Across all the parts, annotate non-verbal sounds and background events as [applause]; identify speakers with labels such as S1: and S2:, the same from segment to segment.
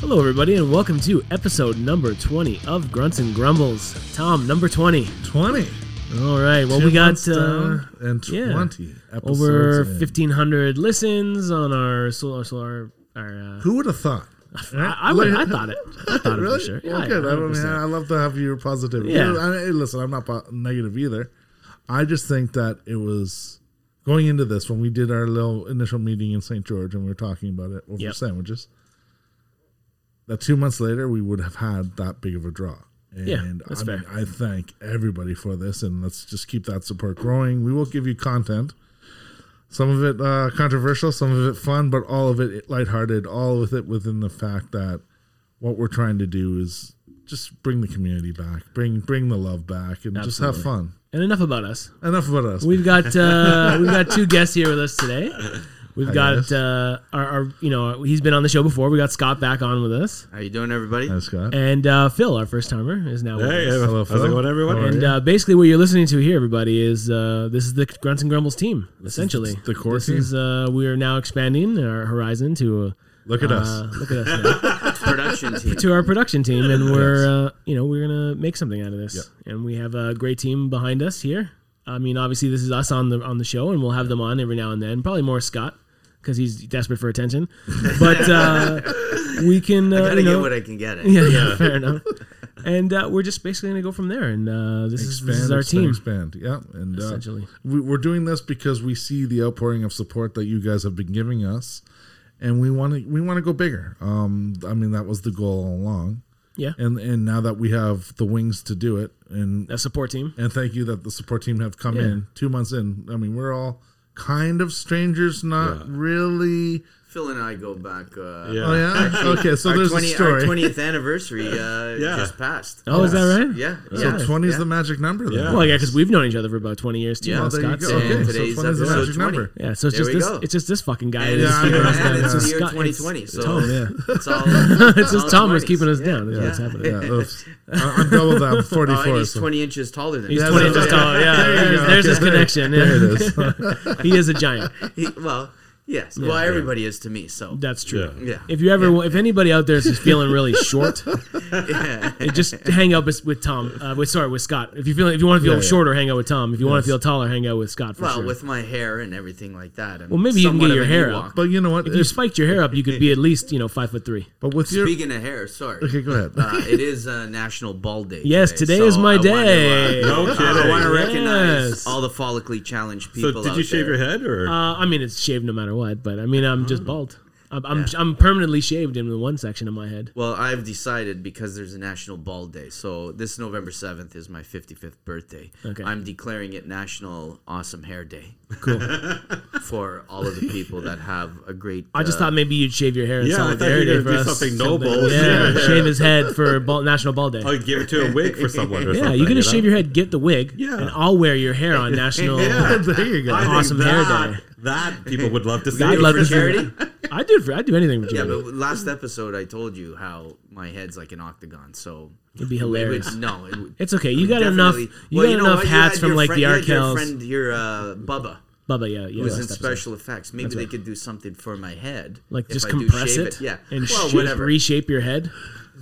S1: Hello, everybody, and welcome to episode number 20 of Grunts and Grumbles. Tom, number 20.
S2: 20.
S1: All right, well,
S2: Two
S1: we got
S2: months
S1: uh,
S2: down and
S1: yeah,
S2: 20 episodes.
S1: over
S2: in.
S1: 1,500 listens on our solar, solar, our, uh,
S2: Who would have thought?
S1: I, I, would, I thought it. I thought
S2: really?
S1: it for sure.
S2: Well,
S1: Yeah,
S2: good. I, don't,
S1: 100%.
S2: I love to have your positivity.
S1: Yeah.
S2: I mean, hey, listen, I'm not po- negative either. I just think that it was going into this when we did our little initial meeting in St. George and we were talking about it over
S1: Yep.
S2: sandwiches. That two months later, we would have had that big of a draw. And
S1: Yeah, that's
S2: I, mean,
S1: fair.
S2: I thank everybody for this, and let's just keep that support growing. We will give you content. Some of it uh, controversial, some of it fun, but all of it lighthearted, all with it within the fact that what we're trying to do is just bring the community back, bring bring the love back, and just have fun.
S1: And enough about us.
S2: Enough about us.
S1: We've got uh, we've got two guests here with us today. We've got
S2: guys.
S1: uh, our, our you know he's been on the show before. We got Scott back on with us,
S3: How you doing, everybody?
S2: Hi, Scott.
S1: and uh, Phil, our first timer, is now with
S4: Hey,
S1: us.
S2: Hello,
S4: hello,
S2: Phil.
S4: how's it going, everyone?
S2: How are
S1: And
S2: you?
S1: uh, basically, what you're listening to here, everybody, is uh, this is the Grunts and Grumbles team, essentially.
S2: the core
S1: this
S2: team.
S1: is uh, we are now expanding our horizon to
S2: Look at
S1: uh, [laughs]
S2: us.
S1: look at us now,
S3: [laughs]
S1: [laughs]
S3: Production team.
S1: to our production team,
S2: [laughs]
S1: and we're uh, you know we're gonna make something out of this, and we have a great team behind us here. I mean, obviously, this is us on the on the show, and we'll have them on every now and then. Probably more Scott because he's desperate for
S2: [laughs]
S1: attention, but uh, we can uh,
S3: Gotta
S1: you know,
S3: get what I can get. It.
S1: [laughs] yeah, yeah,
S2: [laughs]
S1: fair enough. And uh, we're just basically gonna go from there, and uh, this is this is our
S2: expand,
S1: team.
S2: Expand. Yeah, and uh,
S1: Essentially.
S2: we, we're doing this because we see the outpouring of support that you guys have been giving us, and we want to we want to go bigger. Um, I mean that was the goal all along,
S1: Yeah,
S2: and and now that we have the wings to do it, and
S1: a support team.
S2: and thank you that the support team have come
S1: Yeah.
S2: in two months in. I mean we're all kind of strangers, not really.
S3: Phil and I go back. Uh,
S4: Yeah.
S2: Oh yeah, okay. So
S3: our,
S2: there's
S3: 20,
S2: a story.
S3: our 20th anniversary
S1: [laughs]
S3: uh,
S4: Yeah.
S3: just passed.
S1: Oh, is that right?
S3: Yeah.
S1: So
S3: yeah.
S2: 20 is
S3: Yeah.
S2: the magic number. Then.
S4: Yeah.
S1: Well, yeah, because we've known each other for about twenty years too.
S3: Yeah.
S1: now,
S2: Oh, there you
S1: Scott,
S2: go.
S1: so-
S3: And
S2: Okay,
S3: today's
S2: so 20 is the
S3: episode
S2: magic
S3: 20.
S2: number.
S1: Yeah, so it's
S3: There
S1: just
S3: we
S1: this.
S3: go.
S1: It's just this fucking guy.
S3: And
S1: that's
S2: Yeah, I
S1: keeping
S2: know.
S1: us down.
S2: And
S3: it's
S1: It's
S3: the year
S1: Scott-
S3: 2020, so
S1: [laughs] Tom, yeah.
S3: it's all. It's
S1: It's just Tom was keeping us down. That's what's happening.
S2: Yeah, oops. I- I'm double down. 44.
S3: Oh, and he's
S2: so-
S3: 20 inches taller than
S1: He's
S3: us.
S1: twenty
S2: that's
S1: inches [laughs]
S2: right.
S1: tall. Yeah,
S2: There you
S1: there's,
S2: go.
S1: there's his
S2: There-
S1: connection.
S2: There it
S1: Yeah.
S2: is.
S1: [laughs] he is a giant.
S3: He- well, yes. Well, everybody is to me.
S1: [laughs]
S3: So
S1: That's true.
S4: Yeah.
S3: yeah.
S1: If you ever, if anybody out there is just feeling really short,
S3: yeah.
S1: just hang out with, with Tom. Uh, with sorry, with Scott. If you feel, if you want to feel
S2: Yeah, yeah.
S1: shorter, hang out with Tom. If you want to feel taller, hang out with Scott. For
S3: well,
S1: sure.
S3: with my hair and everything like that. I'm
S1: Well, maybe you can
S3: somewhat
S1: get
S3: of
S1: your
S3: an
S1: hair
S3: Ewok.
S1: up.
S2: But you know what?
S1: if you
S2: If-
S1: spiked your hair up, you could be at least you know five foot three.
S2: but with your
S3: Speaking of hair, sorry.
S2: okay, go ahead. [laughs]
S3: Uh, it is uh, National Bald Day.
S1: Yes, today
S3: so
S1: is my
S3: I wanna, uh,
S1: day.
S4: No
S3: I want to
S4: kidding.
S3: recognize
S1: Yes.
S3: all the follically challenged people.
S4: So, did
S3: out
S4: you shave
S3: there.
S4: your head or?
S1: Uh, I mean, it's shaved no matter what, but I mean, I'm just bald. I'm I'm, I'm permanently shaved in the one section of my head.
S3: Well, I've decided because there's a National Bald Day. So this November 7th is my 55th birthday.
S1: Okay.
S3: I'm declaring it National Awesome Hair Day. Cool. [laughs] for all of the people that have a great.
S1: I just
S3: uh,
S1: thought maybe you'd shave your hair in
S4: Yeah, I thought you were
S1: solidarity
S4: gonna
S1: for
S4: do
S1: us.
S4: something noble.
S1: Yeah,
S4: Yeah.
S1: shave his head for bald, National Bald Day.
S4: oh, give it to a wig for someone
S1: [laughs]
S4: or
S1: yeah,
S4: something.
S1: you're gonna
S4: you
S1: shave your head, get the wig,
S4: Yeah.
S1: and I'll wear your hair on National.
S4: Yeah.
S2: there you go.
S4: I think
S1: Awesome hair
S4: that,
S1: day.
S4: That people would
S1: [laughs]
S4: love to see.
S1: I'd love
S3: for
S1: to see-
S3: charity?
S1: I do for I do anything for
S3: Yeah,
S1: charity.
S3: but last episode I told you how my head's like an octagon. So
S1: It'd be
S3: it would-
S1: hilarious.
S3: no, it would.
S1: [laughs] it's okay. You got enough.
S3: definitely-
S1: You
S3: Well,
S1: got
S3: know
S1: enough
S3: what? You
S1: hats
S3: had
S1: from
S3: your
S1: like
S3: friend,
S1: the
S3: you had
S1: Arkells.
S3: Your friend, your uh, Bubba.
S1: Bubba, yeah, yeah.
S3: It was in
S1: last episode.
S3: special effects. Maybe they could do something for my head.
S1: Like
S3: if
S1: just
S3: I do
S1: compress
S3: shave
S1: it,
S3: Yeah.
S1: and
S3: well,
S1: sh-
S3: whatever.
S1: reshape your head.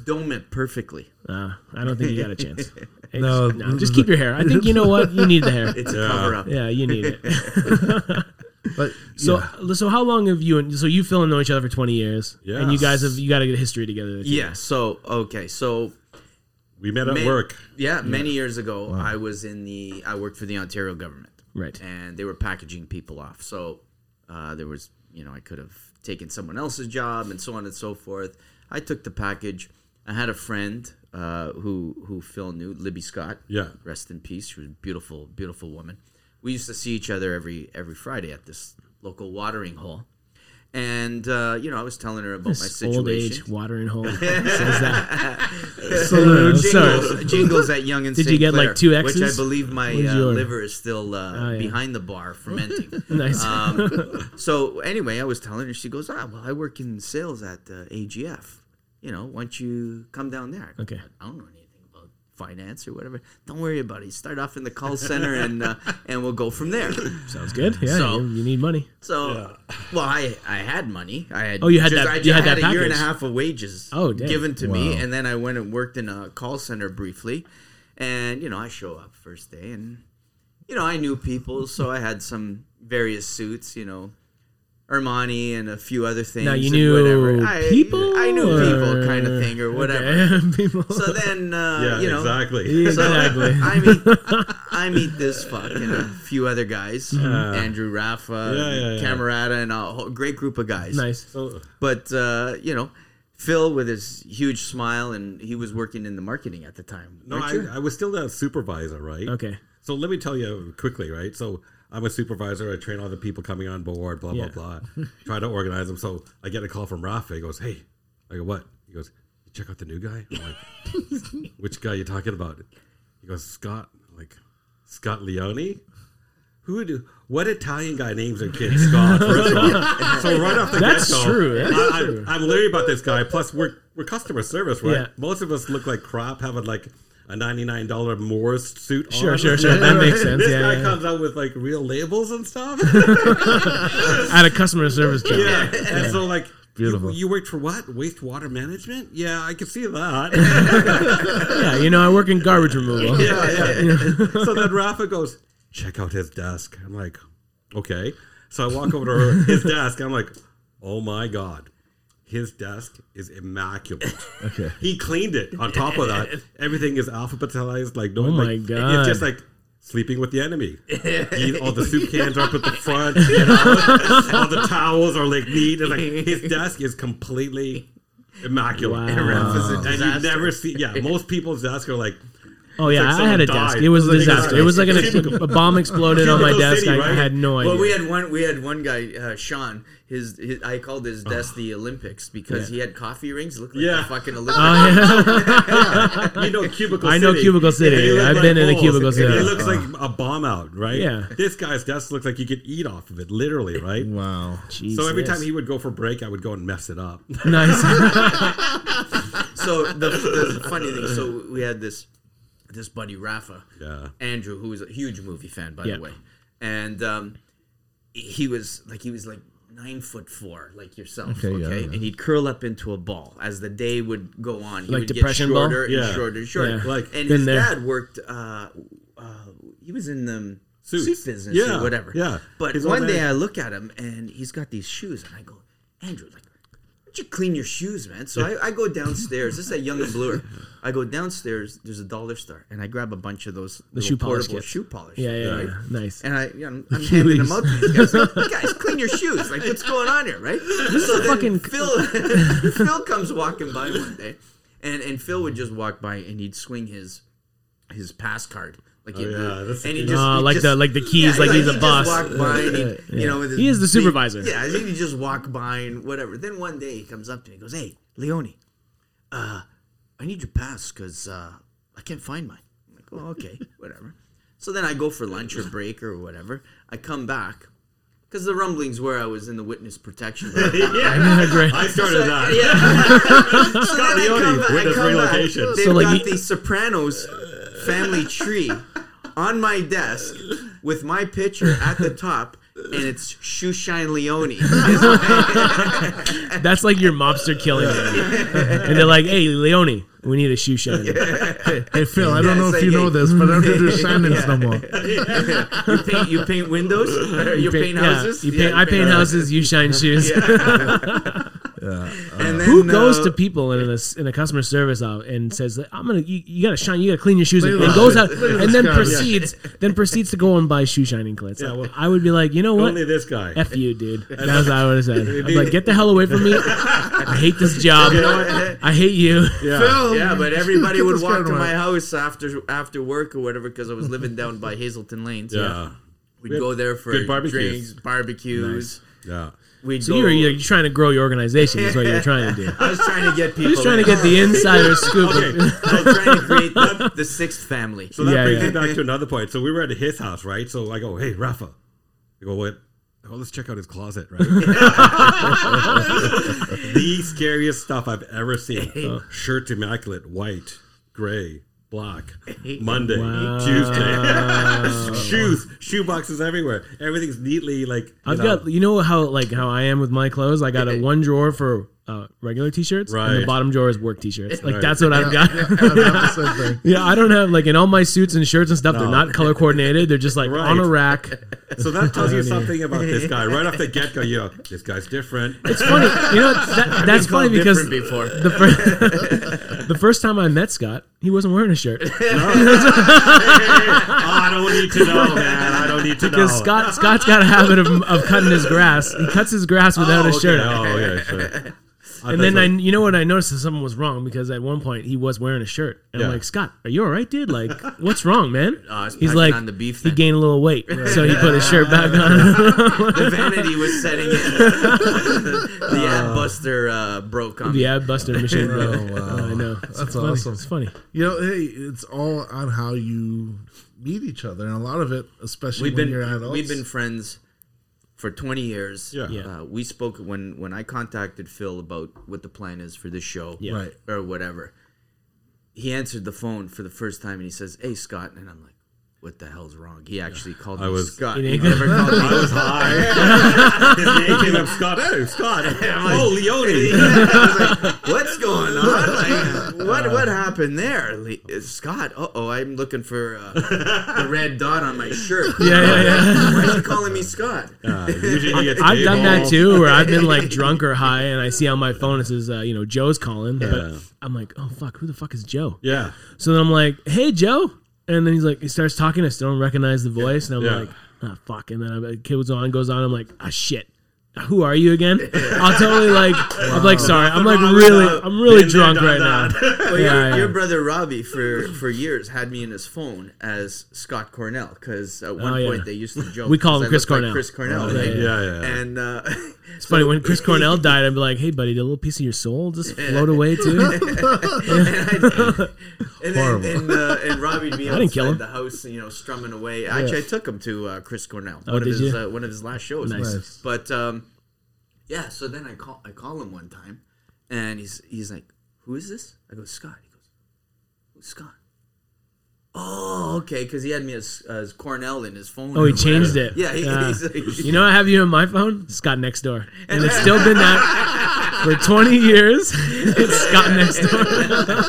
S3: Dome it perfectly.
S1: Uh, I don't think you got a chance. It's-
S2: No.
S1: no, just keep your hair. I think you know what you need the hair.
S3: It's a
S4: Yeah.
S3: cover up.
S1: Yeah, you need it.
S3: [laughs]
S2: But
S1: So, so how long have you and so you Phil and know each other for twenty years?
S4: Yeah.
S1: and you guys have you got to get history together. the two.
S3: Yeah. So okay. So
S4: We met at
S3: ma-
S4: work.
S3: Yeah, many years ago, I was in the. I worked for the Ontario government,
S1: right.
S3: and they were packaging people off. So uh, there was, you know, I could have taken someone else's job and so on and so forth. I took the package. I had a friend uh, who who Phil knew, Libby Scott.
S4: Yeah.
S3: Rest in peace. She was a beautiful, beautiful woman. We used to see each other every every Friday at this local watering hole. And uh, you know, I was telling her about my
S1: This
S3: situation.
S1: old age watering
S3: [laughs]
S1: hole says that.
S2: salute.
S1: Oh, Sorry.
S3: jingles, jingles at Young and
S1: Did
S3: St.
S1: you get, like,
S3: Clair,
S1: two
S3: Which
S1: X's?
S3: I believe my
S1: Where's
S3: uh,
S1: yours?
S3: liver is still uh,
S1: yeah.
S3: behind the bar fermenting.
S1: [laughs] Nice.
S3: um, so anyway, I was telling her. She goes, "Ah, well, I work in sales at uh, AGF. You know, why don't you come down there?" I go,
S1: Okay.
S3: I don't know anything about finance or whatever. Don't worry about it. You start off in the call center and uh, and we'll go
S1: [laughs]
S3: from there.
S1: Sounds good. Yeah,
S3: So-
S1: you, you need money.
S3: So, well, I I had money. I had
S1: Oh, you had
S3: just-
S1: that-
S3: I
S1: you
S3: just
S1: had that
S3: a year and a
S1: package.
S3: half of wages.
S1: Oh, dang.
S3: given to me,
S2: Wow.
S3: and then I went and worked in a call center briefly, and you know I show up first day, and you know I knew people, so I had some various suits, you know. Armani and a few other things.
S1: Now you
S3: and
S1: knew
S3: whatever. I,
S1: people.
S3: I knew people, kind of
S1: or-
S3: thing, or whatever.
S1: Okay, [laughs] people.
S3: So then, uh,
S4: Yeah,
S3: you know,
S4: exactly.
S3: so
S1: Exactly.
S3: [laughs] I meet I meet this fuck and a few other guys, Andrew Rafa,
S4: Uh-huh. Yeah, yeah, yeah.
S3: Camerata, and a whole great group of guys.
S1: nice.
S4: So,
S3: But uh, you know, Phil with his huge smile, and he was working in the marketing at the time.
S4: no,
S3: weren't you?
S4: I, I was still that supervisor, right?
S1: Okay.
S4: So let me tell you quickly, right? So I'm a supervisor. I train all the people coming on board, blah,
S1: Yeah. [laughs]
S4: blah, blah. Try to organize them. So I get a call from Rafa. He goes, hey. I go, what? He goes, you check out the new guy? I'm like,
S1: [laughs]
S4: which guy you talking about? He goes, Scott. I'm like, Scott Leone? Who do, what Italian guy names their kid Scott? First
S1: [laughs]
S4: of all. so right off the
S1: That's
S4: get-go,
S1: true. That's
S4: I, I'm, I'm leery about this guy. Plus, we're, we're customer service, right?
S1: Yeah.
S4: Most of us look like crap having like a $99 Morris suit
S1: Sure,
S4: on.
S1: sure, sure. That makes sense.
S4: This
S1: Yeah,
S4: guy
S1: yeah.
S4: comes out with like real labels and stuff.
S1: At a customer service job.
S4: yeah. And so like
S2: Beautiful.
S4: You, you worked for what? Wastewater management? Yeah, I can see that.
S1: Yeah, you know, I work in garbage removal. [laughs]
S4: yeah, yeah. so then Rafa goes, check out his desk. I'm like, okay. So I walk over to her, his desk. I'm like, oh my God. His desk is immaculate.
S2: Okay.
S4: He cleaned it. On top of that,
S1: [laughs]
S4: everything is alphabetized. Like no,
S1: Oh my
S4: like,
S1: God.
S4: It's just like sleeping with
S1: [laughs]
S4: the enemy. He- all the soup cans are up at the front. You know, [laughs] all the towels are like neat. And like his desk is completely
S1: Wow.
S4: immaculate.
S3: Everyone's a
S4: And you
S3: disaster.
S4: never see. Yeah, most people's desks are like
S1: Oh yeah,
S4: like
S1: I had a
S4: someone
S1: desk.
S4: died.
S1: It was a
S4: Like, it's
S1: disaster.
S4: like-
S1: It was like an
S4: it's
S1: ex- a bomb exploded on my
S4: Cubicle
S1: desk.
S4: City,
S1: I, I
S4: right?
S1: had no idea.
S3: Well, we had one. We had one guy, uh, Sean. His, his I called his desk the Olympics because he had coffee rings. Looked like
S4: Yeah.
S3: the
S4: [laughs]
S3: fucking Olympics.
S4: you
S1: [laughs]
S4: know cubicle.
S1: I know
S4: City.
S1: Cubicle City.
S4: They look
S1: I've been in a
S4: balls.
S1: Cubicle City.
S4: It looks like a bomb out, right?
S1: Yeah.
S4: This guy's desk looks like you could eat off of it,
S1: [laughs]
S4: literally, right?
S2: Wow.
S4: So every time he would go for break, I would go and mess it up. [laughs]
S1: nice.
S3: so the, the funny thing, so we had this this buddy Rafa,
S4: Yeah.
S3: Andrew, who was a huge movie fan by
S1: Yeah.
S3: the way, and um, he was like he was like nine foot four, like yourself, okay,
S2: Okay, yeah, yeah.
S3: and he'd curl up into a ball as the day would go on. He
S1: Like
S3: would
S1: depression
S3: get
S1: ball?
S3: shorter and
S4: Yeah.
S3: shorter and shorter.
S1: Yeah.
S4: Like,
S3: and
S1: been
S3: his
S1: there.
S3: dad worked. Uh, uh, he was in the
S4: Suits.
S3: suit business
S4: Yeah,
S3: or whatever.
S4: yeah.
S3: But
S4: His
S3: one
S4: old
S3: day
S4: man-
S3: I look at him and he's got these shoes, and I go, Andrew, like, why don't you clean your shoes, man? So I, I go downstairs. This is at Young and Bluer. I go downstairs. There's a dollar store, and I grab a bunch of those the
S1: shoe polish kits.
S3: shoe polish.
S1: Yeah, yeah,
S3: right?
S1: yeah. Nice.
S3: And I, you
S1: [laughs]
S3: know, I'm, I'm handing
S1: Achilles.
S3: them out to these guys. Like, "You guys, clean your shoes. Like, what's going on here, right? so then
S1: fucking-
S3: Phil, [laughs]
S4: [laughs]
S3: Phil comes walking by one day, and and Phil would just walk by and he'd swing his his pass card. Like he-
S4: Oh, yeah, that's-
S3: and he just,
S1: Uh,
S3: he
S1: like
S3: just-
S1: the like the keys,
S3: yeah,
S1: like he's
S3: he
S1: a
S3: just
S1: boss.
S3: walked by and he- you know, with his
S1: He is the
S3: big-
S1: supervisor.
S3: yeah, and he just walk by and whatever. Then one day he comes up to me, and goes, "Hey, Leone, uh, I need your pass because uh, I can't find mine." I'm like, "Oh, okay, [laughs] whatever." So then I go for lunch or break or whatever. I come back because the rumblings were I was in the witness protection.
S4: [laughs] I started
S3: So,
S4: that.
S3: Yeah. so then I
S4: Leone,
S3: come back. I
S4: witness
S3: come
S4: relocation.
S3: Back. They've
S1: So, like,
S3: got
S1: you-
S3: the Sopranos family tree on my desk with my picture at the top, and it's
S1: [laughs]
S3: Shoeshine Leone.
S1: That's like your mobster killing him. and they're like, "Hey, Leone, we need a shoe shine."
S2: Hey Phil, I don't
S3: Yeah,
S2: know
S3: it's
S2: if you
S3: like
S2: know
S3: a-
S2: this, but I don't do signings no more.
S3: you paint you paint windows. Or you, paint,
S1: yeah,
S3: houses.
S1: You
S3: Yeah,
S1: paint, I paint houses. You shine shoes.
S3: And then,
S1: Who goes
S3: uh,
S1: to people in a in a customer service out and says, like, "I'm gonna, you, you gotta shine, you gotta clean your shoes," and,
S2: Look at
S1: and
S2: this.
S1: goes out
S2: Look at
S1: and
S2: this
S1: then
S2: guy.
S1: proceeds, then proceeds to go and buy shoe shining clits.
S4: Yeah, well,
S1: I would be like, you know what?
S4: Only this guy.
S1: F you,
S4: [laughs]
S1: dude. That's what I would have said. I'd be like, get the hell away from me. I hate this job. I hate
S4: [laughs]
S1: you.
S2: Phil,
S3: [laughs] Yeah,
S2: [laughs]
S3: but
S1: [laughs]
S3: everybody
S2: get
S3: would
S2: this
S3: walk
S2: guy
S3: to
S2: away.
S3: my house after after work or whatever because I was living down by Hazelton Lanes.
S4: yeah.
S3: We'd go there for
S4: good
S3: drinks,
S4: barbecues.
S3: barbecues.
S4: Yeah.
S3: We'd
S1: So
S3: go,
S1: you're, you're trying to grow your organization. Is what you're trying
S4: [laughs]
S1: to do.
S3: I was trying
S1: [laughs]
S3: to get people.
S1: Just trying to get the insider scoop. of-
S4: Okay.
S3: I was trying to create the, the sixth family.
S4: So that
S1: Yeah,
S4: brings
S1: yeah.
S4: me back to another point. So we were at his house, right? So I go, hey, Rafa. I go, what? Oh, let's check out his closet, right? [laughs] the scariest stuff I've ever seen. Shirts immaculate, white, gray, block. Monday,
S1: Wow. [laughs]
S4: Tuesday, shoes, shoe boxes everywhere. Everything's neatly like. you
S1: I've
S4: know,
S1: got you know how like how I am with my clothes. I got a one drawer for uh, regular t-shirts, and
S4: Right.
S1: the bottom drawer is work t-shirts. Like
S4: Right.
S1: that's what
S4: [laughs]
S1: I've got.
S2: I'd have the same thing.
S1: Yeah, I don't have like in all my suits and shirts and stuff. They're not color coordinated. They're just like
S4: Right.
S1: on a rack.
S4: So that tells you something about this guy right
S1: [laughs]
S4: off the get go. You know, this guy's different. [laughs]
S1: It's funny, you know. That, that's funny
S3: Called
S1: because
S3: different before.
S1: the first the first time I met Scott, he wasn't wearing a shirt
S4: Oh, I don't need to know, man. I don't need to
S1: because
S4: know.
S1: Scott Scott's got a habit of, of cutting his grass. He cuts his grass without
S4: oh,
S1: a shirt
S4: okay.
S1: on.
S4: Oh, yeah, sure. I
S1: [laughs] And then I,
S4: thought
S1: you know what I noticed that something was wrong because at one point he was wearing a shirt, and I'm
S4: Yeah.
S1: like, Scott, are you all right, dude? Like, what's wrong,
S3: [laughs]
S1: man?
S3: Uh, it's
S1: He's
S3: packing
S1: like,
S3: on the beef
S1: he
S3: then.
S1: gained a little weight, so he put his shirt
S3: [laughs]
S1: back on. [laughs]
S3: the vanity was setting in. the ad buster uh, broke on
S1: the
S3: me.
S1: ad buster machine.
S2: Oh, wow.
S1: I know. It's
S2: That's
S1: funny.
S2: awesome.
S1: It's funny.
S2: You know, hey, it's all on how you meet each other, and a lot of it, especially
S3: We've
S2: when you're
S3: been
S2: adults.
S3: we've been friends for 20 years.
S4: Yeah.
S1: Yeah.
S3: Uh, we spoke when when I contacted Phil about what the plan is for this show
S1: Yeah.
S2: right.
S3: or whatever. He answered the phone for the first time and he says, "Hey, Scott," and I'm like. What the hell's wrong? He actually called
S4: I
S3: me
S4: was-
S3: Scott.
S1: He
S3: He
S1: didn't-
S3: Uh, never called me.
S4: I was high.
S1: [laughs]
S4: [laughs] His name came up, Scott. Hey, Scott. Oh, Leone.
S3: I was like, what's going on? Like, what what happened there, Le- Scott? Uh oh, I'm looking for uh, the red dot on my shirt.
S1: [laughs] Yeah, yeah,
S3: [laughs]
S1: yeah.
S3: Why is he calling me Scott?
S4: Uh, usually he gets
S1: I've done that
S4: Dayball.
S1: too, where I've been like drunk or high, and I see on my phone it says, uh, you know, Joe's calling.
S4: Yeah.
S1: But I'm like, oh fuck, who the fuck is Joe?
S4: Yeah.
S1: So then I'm like, hey, Joe. And then he's like, he starts talking. I still don't recognize the voice. And I'm
S4: Yeah.
S1: like, ah, fuck. And then I, kid was on, goes on. I'm like, ah, shit. Who are you again? I'll totally like, I'm like, sorry. I'm like
S4: Nothing wrong
S1: really,
S4: with that.
S1: I'm really
S4: Been there,
S1: drunk
S4: done
S1: right
S4: that.
S1: now.
S3: [laughs] Well,
S1: Yeah,
S3: your,
S1: yeah.
S3: your brother Robbie for for years had me in his phone as Scott Cornell because at one
S1: Oh, yeah.
S3: point they used to joke.
S1: We call
S3: 'cause
S1: him
S3: I
S1: Chris
S3: looked like
S1: Cornell. Oh,
S3: Chris Cornell,
S4: yeah,
S3: right?
S4: yeah, yeah.
S3: And uh,
S1: It's funny when
S3: [laughs]
S1: Chris Cornell died. I'd be like, hey, buddy, did a little piece of your soul just float away
S3: [laughs]
S1: too?
S3: and then
S2: Horrible.
S3: and, uh, and Robbie'd
S1: [laughs]
S3: be
S1: I didn't kill
S3: outside
S1: him.
S3: the house, you know, strumming away. Actually, I took him to uh, Chris Cornell, one
S1: Oh, did
S3: of his
S1: you?
S3: uh, one of his last shows.
S1: Nice.
S2: Nice.
S3: But um, yeah, so then I call I call him one time, and he's he's like, "Who is this?" I go, "Scott." He goes, "Who's Scott?" Oh, okay, because he had me as, as Cornell in his phone.
S1: Oh, he
S3: or
S1: changed
S3: whatever.
S1: it.
S3: Yeah, he,
S1: Yeah.
S3: he's like,
S1: You know, I have you on my phone, Scott next door, and
S3: [laughs]
S1: it's still been that for 20 years. [laughs] It's Scott next door.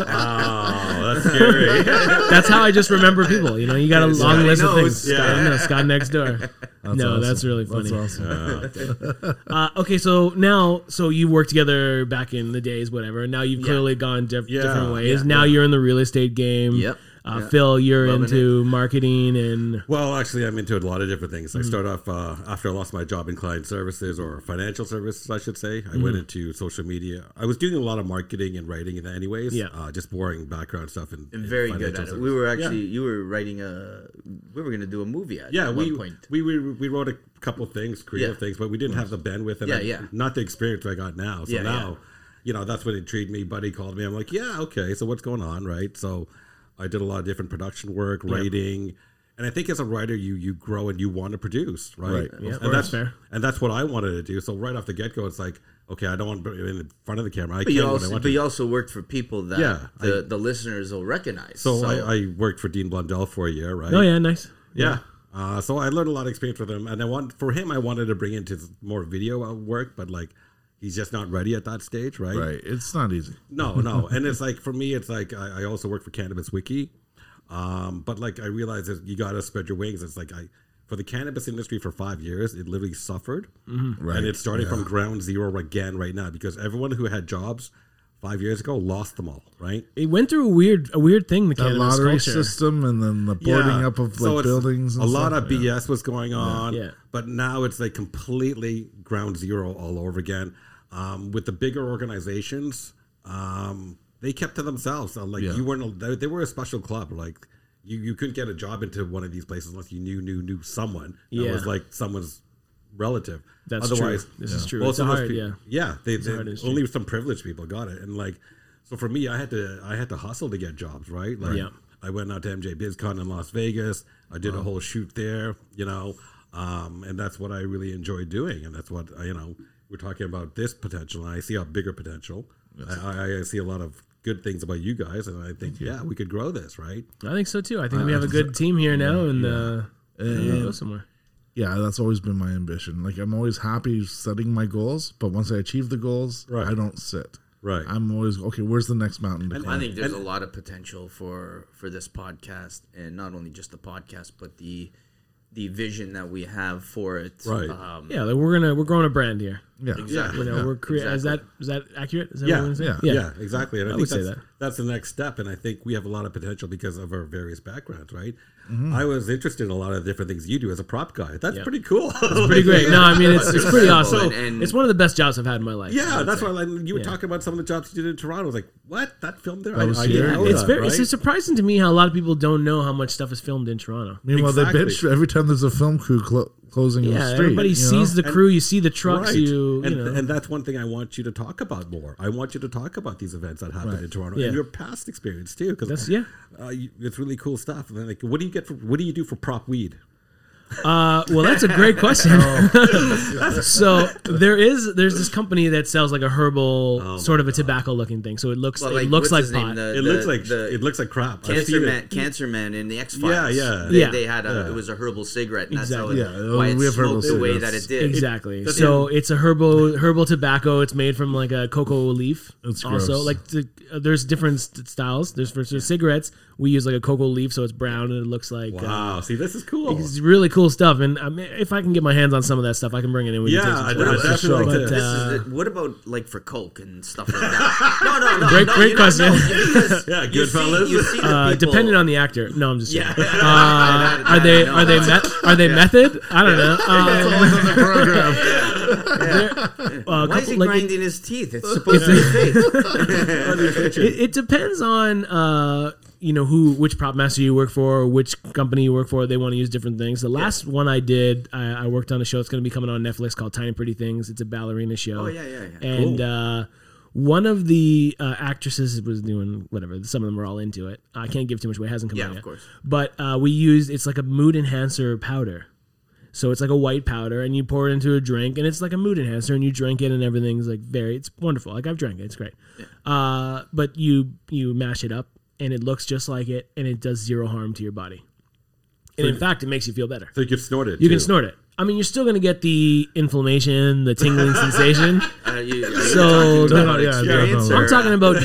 S4: Oh, that's scary.
S1: [laughs] That's how I just remember people. You know, you got a long
S3: Scotty
S1: list of
S3: knows.
S1: things.
S4: Yeah.
S1: Scott, no, Scott next door. no,
S2: awesome.
S1: that's really funny.
S2: That's awesome.
S1: Uh, okay, so now, so you work together back in the days, whatever. and Now you've clearly gone diff-
S4: Yeah,
S1: different ways.
S3: yeah,
S1: now you're in the real estate game.
S3: Yep,
S1: Uh,
S3: yeah.
S1: Phil, you're
S3: Loving
S1: into marketing and
S4: Well, actually, I'm into a lot of different things. I
S3: Mm-hmm.
S4: started off uh, after I lost my job in client services or financial services, I should say. I
S3: Mm-hmm.
S4: went into social media. I was doing a lot of marketing and writing, in anyways.
S1: Yeah.
S4: Uh, just boring background stuff and,
S3: And very good at it. We were actually you were writing a we were going to do a movie at
S4: yeah,
S3: one
S4: we,
S3: point.
S4: we we we wrote a couple things, creative
S3: Yeah.
S4: things, but we didn't have the bandwidth and
S3: Yeah,
S4: I-
S3: yeah.
S4: not the experience I got now. So
S3: Yeah,
S4: now, you know, that's what intrigued me. Buddy called me. I'm like, yeah, okay. So what's going on, right? So I did a lot of different production work, writing, and I think as a writer, you you grow and you want to produce, right?
S2: Right.
S4: Yeah,
S1: course.
S4: and that's
S1: Fair.
S4: And that's what I wanted to do. So right off the get go, it's like, okay, I don't want to be in front of the camera. I
S3: But
S4: can
S3: you,
S4: when I
S3: also,
S4: want
S3: but
S4: to.
S3: you also worked for people that
S4: Yeah,
S3: the, the listeners will recognize.
S4: So, I, I worked for Dean Blundell for a year, right?
S1: oh yeah, nice.
S4: Yeah. Uh, so I learned a lot of experience with him, and I want for him I wanted to bring into more video uh, work, but like he's just not ready at that stage, right?
S2: Right. It's not easy.
S4: No,
S2: [laughs]
S4: no, and it's like for me, it's like I, I also work for Cannabis Wiki, um, but like I realized that you got to spread your wings. It's like I for the cannabis industry for five years, it literally suffered,
S2: Mm-hmm. Right.
S4: and it's starting from ground zero again right now because everyone who had jobs five years ago lost them all, right?
S1: It went through a weird, a weird thing. The
S2: the
S1: cannabis
S2: lottery
S1: culture.
S2: system and then the boarding up of like
S4: So it's-
S2: buildings. And
S4: a lot
S2: stuff.
S4: of BS was going on,
S1: Yeah.
S4: but now it's like completely ground zero all over again. Um, with the bigger organizations, um, they kept to themselves. Uh, Like
S2: Yeah.
S4: you weren't, they, they were a special club. Like you, you couldn't get a job into one of these places unless you knew knew knew someone that
S1: Yeah.
S4: was like someone's relative.
S1: That's true.
S4: Otherwise,
S1: This is true. It's
S4: most of those
S1: hard,
S4: peo-
S1: yeah.
S4: yeah, they, they
S1: hard industry.
S4: only some privileged people got it, and like, so for me, I had to I had to hustle to get jobs, right? Like,
S1: Yeah.
S4: I went out to MJ BizCon in Las Vegas. I did a whole shoot there, you know, um, and that's what I really enjoy doing, and that's what I, you know we're talking about this potential. And I see a bigger potential. I, I, I see a lot of good things about you guys, and I think yeah, we could grow this, right?
S1: I think so too. I think we have a good team here now, and uh, we'll go somewhere.
S2: yeah, that's always been my ambition. Like I'm always happy setting my goals, but once I achieve the goals,
S4: Right.
S2: I don't sit.
S4: Right.
S2: I'm always okay. Where's the next mountain to
S3: I
S2: climb?
S3: think there's a lot of potential for for this podcast, and not only just the podcast, but the the vision that we have for it.
S4: Right.
S3: Um,
S1: Yeah, like we're gonna we're growing a brand here.
S2: Yeah,
S1: You
S3: Exactly.
S1: know, we're crea- is that
S3: exactly.
S1: is that accurate? Is that
S4: Yeah,
S1: what we're gonna say?
S4: yeah, exactly. And I, think
S1: would say
S4: that's,
S1: that.
S4: that's the next step. And I think we have a lot of potential because of our various backgrounds, right?
S1: Mm-hmm.
S4: I was interested in a lot of different things you do as a prop guy. That's pretty cool.
S1: pretty
S4: [laughs]
S1: great. No, I mean it's, it's pretty
S3: Yeah.
S1: awesome.
S3: And- and-
S1: it's one of the best jobs I've had in my life.
S4: Yeah, that's why like, you were talking about some of the jobs you did in Toronto. I was like, what? That film there? I,
S2: was
S4: I didn't
S2: here?
S4: know
S1: It's
S4: that,
S1: very
S4: right?
S1: it's surprising to me how a lot of people don't know how much stuff is filmed in Toronto.
S2: Meanwhile, they
S4: Exactly.
S2: bitch every time there's a film crew clo- closing in the
S1: Yeah,
S2: street.
S1: everybody
S2: you know?
S1: sees the crew, you see the trucks,
S4: Right.
S1: you you
S4: and,
S1: know.
S4: and that's one thing I want you to talk about more. I want you to talk about these events that happened in Toronto
S1: Yeah.
S4: and your past experience too,
S1: That's-
S4: because
S1: yeah.
S4: uh, you, it's really cool stuff. And then, like, what do you get for what do you do for prop weed?
S1: Uh, well, that's a great question. [laughs] so there is there's this company that sells like a herbal sort of a tobacco looking thing. So it looks
S3: Well,
S1: it
S3: what's
S1: looks like
S3: his name?
S1: pot.
S3: The-
S4: It
S3: the-
S4: looks like
S3: the
S4: it looks like crap. I've
S3: Cancer
S4: seen it.
S3: man, cancer man in the X Files.
S4: yeah.
S3: they,
S1: Yeah.
S3: they had a it was a herbal cigarette, and
S1: Exactly.
S3: that's how it,
S2: Yeah,
S3: why it
S2: we have herbal
S3: smoked the way that
S2: cigarettes.
S3: it did.
S1: Exactly.
S4: that's
S1: so it's a herbal herbal tobacco. It's made from like a cocoa leaf.
S2: That's
S1: also
S2: gross.
S1: like the, uh, there's different st- styles. There's for for cigarettes we use like a cocoa leaf, so it's brown and it looks like. uh,
S4: Wow, see, this is cool.
S1: it's really cool stuff, and I mean, if I can get my hands on some of that stuff, I can bring it in. We
S4: Yeah,
S1: can take some
S4: I
S1: photos.
S4: know.
S2: it's a
S4: Definitely.
S2: show.
S1: But, uh,
S4: like to-
S3: This is the- what about like for coke and stuff
S1: [laughs]
S3: like that? no, no, no.
S1: Great-
S3: no,
S1: great
S3: you don't know,
S1: question. [laughs]
S3: because
S4: Yeah,
S3: you
S4: good
S3: see-
S4: fellas.
S3: you see the
S1: Uh,
S3: people-
S1: depending on the actor. No, I'm just.
S3: Yeah. [laughs]
S1: Kidding. [laughs] Uh, are they are they met, are they method? I don't know. Um,
S2: It's [laughs] on the program.
S1: a
S3: Why is he
S1: couple- like, it-
S3: grinding his teeth? It's supposed to be
S1: [laughs]
S3: [laughs] faith.
S1: it, it depends on uh you know who which prop master you work for or which company you work for they want to use different things the last one i did I, I worked on a show that's going to be coming on netflix called tiny pretty things it's a ballerina show
S3: Oh, yeah, yeah, yeah.
S1: and uh one of the uh, actresses was doing whatever. Some of them are all into it. I can't give too much away. It hasn't come
S3: Yeah,
S1: out
S3: of
S1: yet.
S3: course.
S1: But uh, we used it's like a mood enhancer powder. So it's like a white powder, and you pour it into a drink, and it's like a mood enhancer, and you drink it, and everything's like very. It's wonderful. Like I've drank it. It's great. Uh, but you you mash it up, and it looks just like it, and it does zero harm to your body. And in fact, it makes you feel better.
S4: so you can snort it.
S1: You can
S4: too.
S1: snort it. I mean, you're still gonna get the inflammation, the
S3: [laughs]
S1: tingling sensation.
S3: Are Uh, you- are you [laughs]
S1: So-
S3: talking about
S2: Yeah, yeah,
S3: experience
S2: yeah.
S1: I'm
S3: or- uh,
S1: talking
S3: [laughs]
S1: about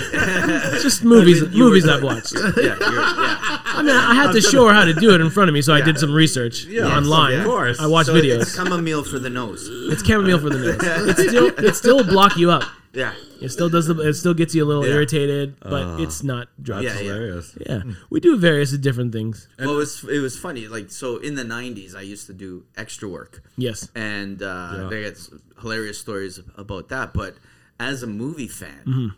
S1: just movies,
S3: mean, you
S1: movies
S3: were-
S1: I've
S3: [laughs]
S1: watched.
S3: Yeah, you're- yeah.
S1: [laughs] I mean, I had to show her how to do it in front of me, so I did some research online.
S4: of course.
S1: I watched
S3: So it's
S1: videos.
S3: chamomile for
S1: [laughs]
S3: the nose.
S1: It's chamomile
S3: [laughs]
S1: for the nose. It's still, it still will block you up.
S3: Yeah,
S1: It still does the, it still gets you a little
S3: Yeah. Uh.
S1: irritated, but it's not drugs.
S3: yeah, yeah.
S4: Hilarious.
S1: Yeah. we do various different things.
S3: Well, it was it was funny. Like so, in the '90s, I used to do extra work,
S1: Yes,
S3: and uh, they got s- hilarious stories about that. But as a movie fan,
S1: Mm-hmm.